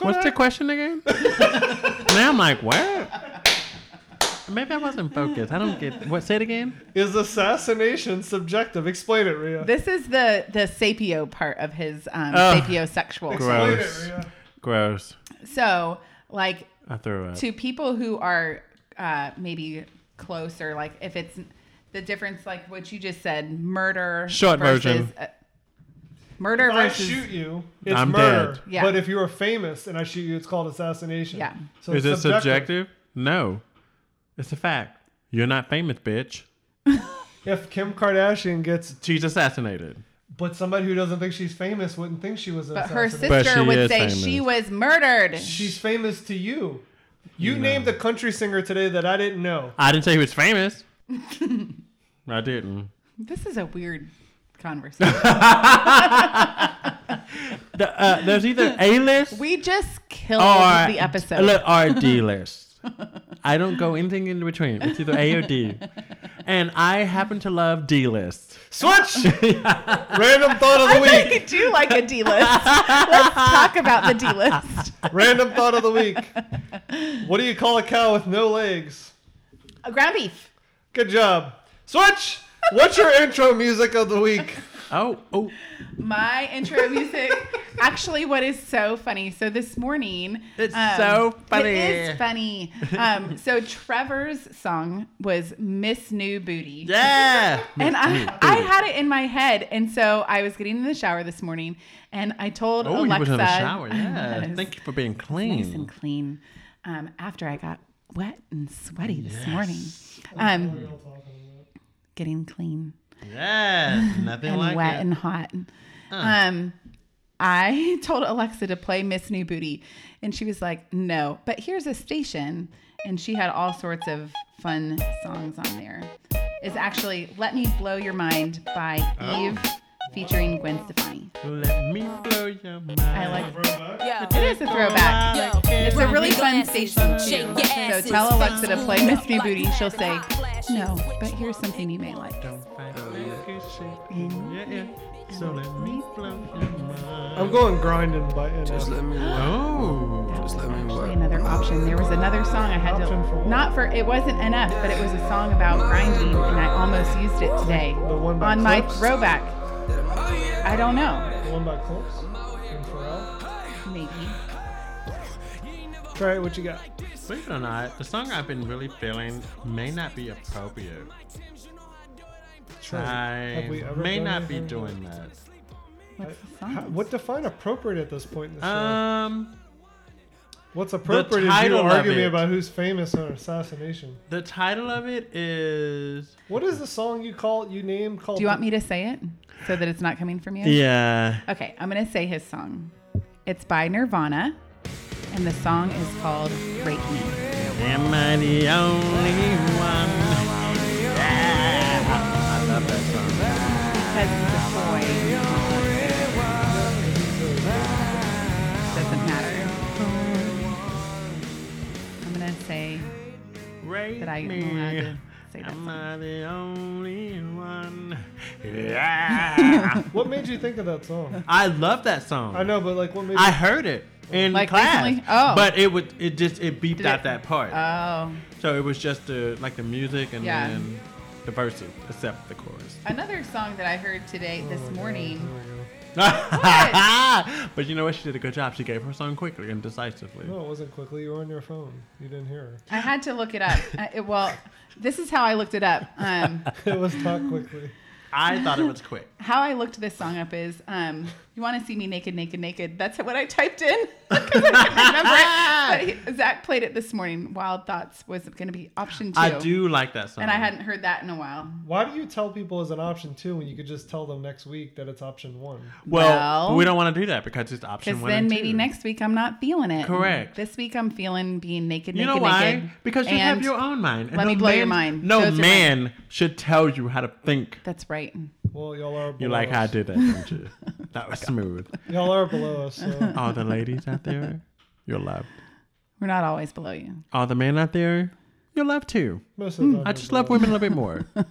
Speaker 3: What's the question again? now I'm like, what? Maybe I wasn't focused. I don't get what. Say it again.
Speaker 1: Is assassination subjective? Explain it, Rhea.
Speaker 2: This is the the sapio part of his um,
Speaker 3: Oh.
Speaker 2: sapiosexual.
Speaker 3: Gross.
Speaker 1: Explain it, Rhea.
Speaker 3: Gross.
Speaker 2: So like
Speaker 3: I threw up.
Speaker 2: to people who are uh, maybe closer, like if it's the difference, like what you just said, murder.
Speaker 3: Short version.
Speaker 2: uh, murder
Speaker 1: If I
Speaker 2: versus.
Speaker 1: shoot you, it's
Speaker 3: I'm
Speaker 1: murder.
Speaker 3: dead.
Speaker 2: Yeah.
Speaker 1: But if you are famous and I shoot you, it's called assassination.
Speaker 2: Yeah.
Speaker 1: So
Speaker 3: Is it
Speaker 1: it's
Speaker 3: subjective? No. It's a fact. You're not famous, bitch.
Speaker 1: If Kim Kardashian gets,
Speaker 3: She's assassinated.
Speaker 1: but somebody who doesn't think she's famous wouldn't think she was
Speaker 2: But her
Speaker 1: assassinated.
Speaker 2: sister
Speaker 3: But she
Speaker 2: would
Speaker 3: is
Speaker 2: say
Speaker 3: famous.
Speaker 2: she was murdered.
Speaker 1: she's famous to you. You named a country singer today that I didn't know.
Speaker 3: I didn't say he was famous. I didn't.
Speaker 2: This is a weird conversation.
Speaker 3: The, uh, there's either A list
Speaker 2: we just killed
Speaker 3: or
Speaker 2: the episode.
Speaker 3: Oh, Look, or D list. I don't go anything in between. It's either A or D. And I happen to love D list.
Speaker 1: Switch. Random thought of
Speaker 2: I
Speaker 1: the week.
Speaker 2: think you do like a D list. Let's talk about the D list.
Speaker 1: Random thought of the week. What do you call a cow with no legs?
Speaker 2: A ground beef.
Speaker 1: Good job. Switch. What's your intro music of the week?
Speaker 3: Oh, oh.
Speaker 2: My intro music. Actually, what is so funny? So this morning, um,
Speaker 3: It's so funny.
Speaker 2: It is funny. Um, so Trevor's song was "Miss New Booty."
Speaker 3: Yeah.
Speaker 2: And I, I had it in my head, and so I was getting in the shower this morning, and I told
Speaker 3: oh,
Speaker 2: Alexa,
Speaker 3: you was in the shower.
Speaker 2: I
Speaker 3: Yeah.
Speaker 2: was
Speaker 3: Thank you for being
Speaker 2: nice
Speaker 3: clean.
Speaker 2: and clean. Um, after I got wet and sweaty this morning, um, getting clean
Speaker 3: Yeah. Nothing
Speaker 2: and
Speaker 3: like
Speaker 2: wet
Speaker 3: it.
Speaker 2: and hot. Um, I told Alexa to play Miss New Booty, and she was like, "No, but here's a station," and she had all sorts of fun songs on there. Is actually "Let Me Blow Your Mind" by Eve, featuring Gwen Stefani.
Speaker 3: Let me blow your mind.
Speaker 2: I like
Speaker 4: Yo.
Speaker 2: it is a throwback.
Speaker 4: Yo.
Speaker 2: It's a really
Speaker 4: Your
Speaker 2: fun
Speaker 4: asses,
Speaker 2: station.
Speaker 4: shake
Speaker 2: too.
Speaker 4: your
Speaker 2: So
Speaker 4: asses,
Speaker 2: tell Alexa to
Speaker 4: face
Speaker 2: play
Speaker 4: me
Speaker 2: Miss
Speaker 4: up
Speaker 2: New
Speaker 4: like
Speaker 2: Booty. She'll say,
Speaker 4: flash.
Speaker 2: "No, but here's something you may like."
Speaker 3: Yeah, yeah. So let me blow your mind.
Speaker 1: I'm going grinding by and
Speaker 5: Just let me work.
Speaker 3: Oh.
Speaker 5: Just let me work.
Speaker 2: Actually, another option. There was another song I had
Speaker 1: Option for what?
Speaker 2: to not for it wasn't enough, but it was a song about grinding, and I almost used it today
Speaker 1: The one by
Speaker 2: on my
Speaker 1: Clips?
Speaker 2: throwback. I don't know,
Speaker 1: one by Clips and Pharrell.
Speaker 2: maybe.
Speaker 1: Try it. What you got?
Speaker 3: Believe it or not, the song I've been really feeling may not be appropriate.
Speaker 2: Oh,
Speaker 1: Try it.
Speaker 3: I
Speaker 1: Have we ever
Speaker 3: may
Speaker 1: done
Speaker 3: not be
Speaker 1: anything?
Speaker 3: doing that.
Speaker 2: What's the
Speaker 1: How,
Speaker 2: song?
Speaker 1: what define appropriate at this point in the show?
Speaker 3: Um,
Speaker 1: What's appropriate is you
Speaker 3: title of
Speaker 1: arguing
Speaker 3: it.
Speaker 1: about who's famous on assassination.
Speaker 3: the title of it is.
Speaker 1: What is the song you call you name called?
Speaker 2: Do you want me to say it so that it's not coming from you?
Speaker 3: Yeah.
Speaker 2: Okay, I'm gonna say his song. It's by Nirvana, and the song is called "Break Me."
Speaker 3: Am I the only one?
Speaker 2: Because he's a boy. Doesn't matter. I'm gonna say
Speaker 3: Rape
Speaker 2: that I am allowed
Speaker 3: me.
Speaker 2: to say that
Speaker 3: Am
Speaker 2: song.
Speaker 3: I the only one? Yeah.
Speaker 1: What made you think of that song?
Speaker 3: I love that song.
Speaker 1: I know, but like what made?
Speaker 3: I heard it in
Speaker 2: Like
Speaker 3: class.
Speaker 2: recently? Oh.
Speaker 3: But it would it just it beeped
Speaker 2: Did
Speaker 3: out
Speaker 2: it-
Speaker 3: that part.
Speaker 2: Oh,
Speaker 3: so it was just the like the music and
Speaker 2: Yeah.
Speaker 3: then the verses, except the chorus.
Speaker 2: another song that I heard today this morning.
Speaker 3: but you know what? She did a good job. She gave her song quickly and decisively.
Speaker 1: you, no, it wasn't quickly. You were on your phone. You didn't hear
Speaker 2: I had to look it up. I, it- well, this is how I looked it up. Um,
Speaker 1: her. It was not quickly.
Speaker 3: I thought it was quick.
Speaker 2: how I looked this song up is, um, you want to see me naked, naked, naked. That's what I typed in. 'Cause I couldn't remember it. But he- Zach played it this morning. Wild Thoughts was going to be option two.
Speaker 3: I do like that song.
Speaker 2: And I hadn't heard that in a while.
Speaker 1: Why do you tell people as an option two when you could just tell them next week that it's option one?
Speaker 3: Well,
Speaker 2: Well-
Speaker 3: we don't want to do that because it's option
Speaker 2: Because
Speaker 3: one. and
Speaker 2: then maybe
Speaker 3: two.
Speaker 2: next week I'm not feeling it.
Speaker 3: Correct.
Speaker 2: This week I'm feeling being naked,
Speaker 3: You
Speaker 2: naked,
Speaker 3: know why?
Speaker 2: naked.
Speaker 3: Because you have
Speaker 2: And-
Speaker 3: your own mind. and
Speaker 2: Let
Speaker 3: no
Speaker 2: me blow your
Speaker 3: man-
Speaker 2: mind.
Speaker 3: No
Speaker 2: Those are
Speaker 3: man should tell you how to think.
Speaker 2: That's right.
Speaker 1: Well, y'all are. Below
Speaker 3: You like how I
Speaker 1: us.
Speaker 3: did that, don't you? That was smooth.
Speaker 1: Y'all are below us. So.
Speaker 3: All the ladies out there, you're loved.
Speaker 2: We're not always below you.
Speaker 3: All the men out there, you're loved too.
Speaker 1: Most of the time
Speaker 3: I
Speaker 1: you're
Speaker 3: just love
Speaker 1: below
Speaker 3: women a little bit more.
Speaker 1: us.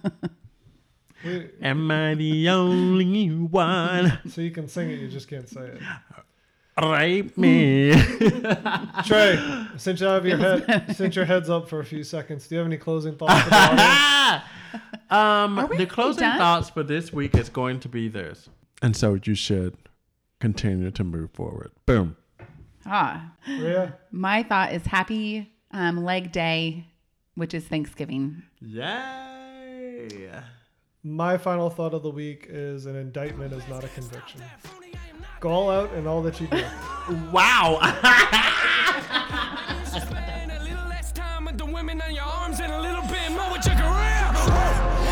Speaker 1: We-
Speaker 3: Am I the only one?
Speaker 1: So you can sing it, you just can't say it.
Speaker 3: Rape me.
Speaker 1: Trey, since you have your head, since your head's up for a few seconds, do you have any closing thoughts? for the audience?
Speaker 3: Ah! um,
Speaker 2: we
Speaker 3: the closing
Speaker 2: done?
Speaker 3: thoughts for this week is going to be this. And so you should continue to move forward. Boom.
Speaker 2: Ah.
Speaker 1: Rhea,
Speaker 2: My thought is happy um, leg day, which is Thanksgiving.
Speaker 3: Yay.
Speaker 1: my final thought of the week is an indictment is not a conviction. Go all out and all that you do.
Speaker 3: Wow.
Speaker 6: Spend a little less time with the women on your arms and a little bit more with your career.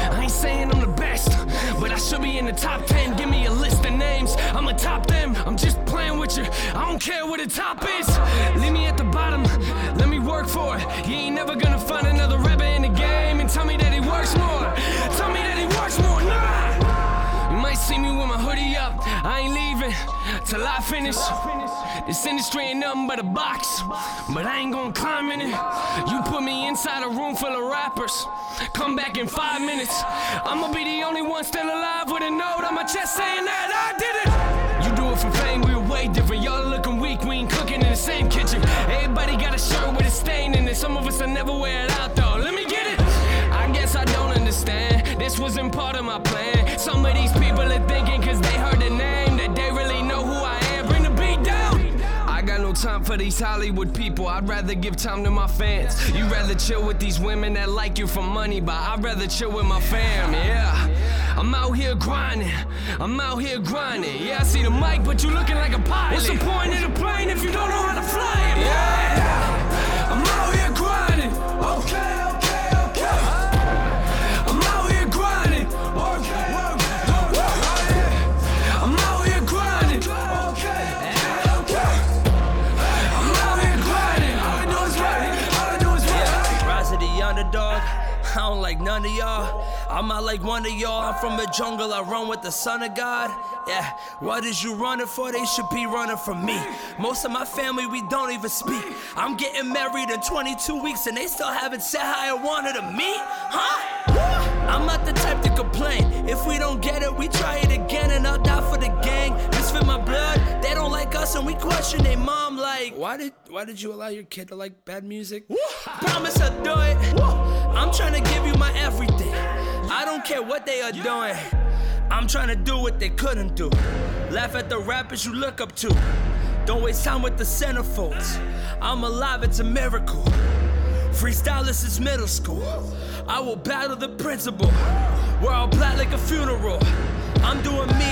Speaker 6: I ain't saying I'm the best, but I should be in the top 10. Give me a list of names, I'ma top them. I'm just playing with you, I don't care where the top is. Leave me at the bottom, let me work for it. You ain't never gonna find another rapper in the game and tell me that he works more. Tell me that he works more, nah! You might see me with my hoodie up, I ain't leaving till I finish. This industry ain't nothing but a box, but I ain't gonna climb in it. You put me inside a room full of rappers. Come back in five minutes. I'ma be the only one still alive with a note on my chest saying that I did it. You do it for fame, we're way different. Y'all looking weak, we ain't cooking in the same kitchen. Everybody got a shirt with a stain in it. Some of us will never wear it out though. Let me get it. I guess I don't understand. This wasn't part of my plan. Some of these people are thinking cause they heard the name that they really know who I am. Bring the beat down. I got no time for these Hollywood people. I'd rather give time to my fans. You rather chill with these women that like you for money, but I'd rather chill with my fam, yeah. I'm out here grinding. I'm out here grinding. Yeah, I see the mic, but you looking like a pilot. What's the point of the plane if you don't know how to fly it? Yeah. I'm out here grinding. Okay, okay, okay. I'm out here grinding. Okay, okay, okay. I'm out here grinding. Okay, I'm out like one of y'all. I'm from the jungle. I run with the son of God. Yeah, what is you running for? They should be running from me. Most of my family, we don't even speak. I'm getting married in 22 weeks and they still haven't said how I wanted to meet? Huh? I'm not the type to complain. If we don't get it, we try it again and I'll die for the gang. This for my blood. They don't like us and we question their mom like, why did why did you allow your kid to like bad music? Promise I'll do it. I'm trying to give you my everything. I don't care what they are doing. I'm trying to do what they couldn't do. Laugh at the rappers you look up to. Don't waste time with the centerfolds. I'm alive, it's a miracle. Freestyle this is middle school. I will battle the principal. We're all black like a funeral. I'm doing me Oh,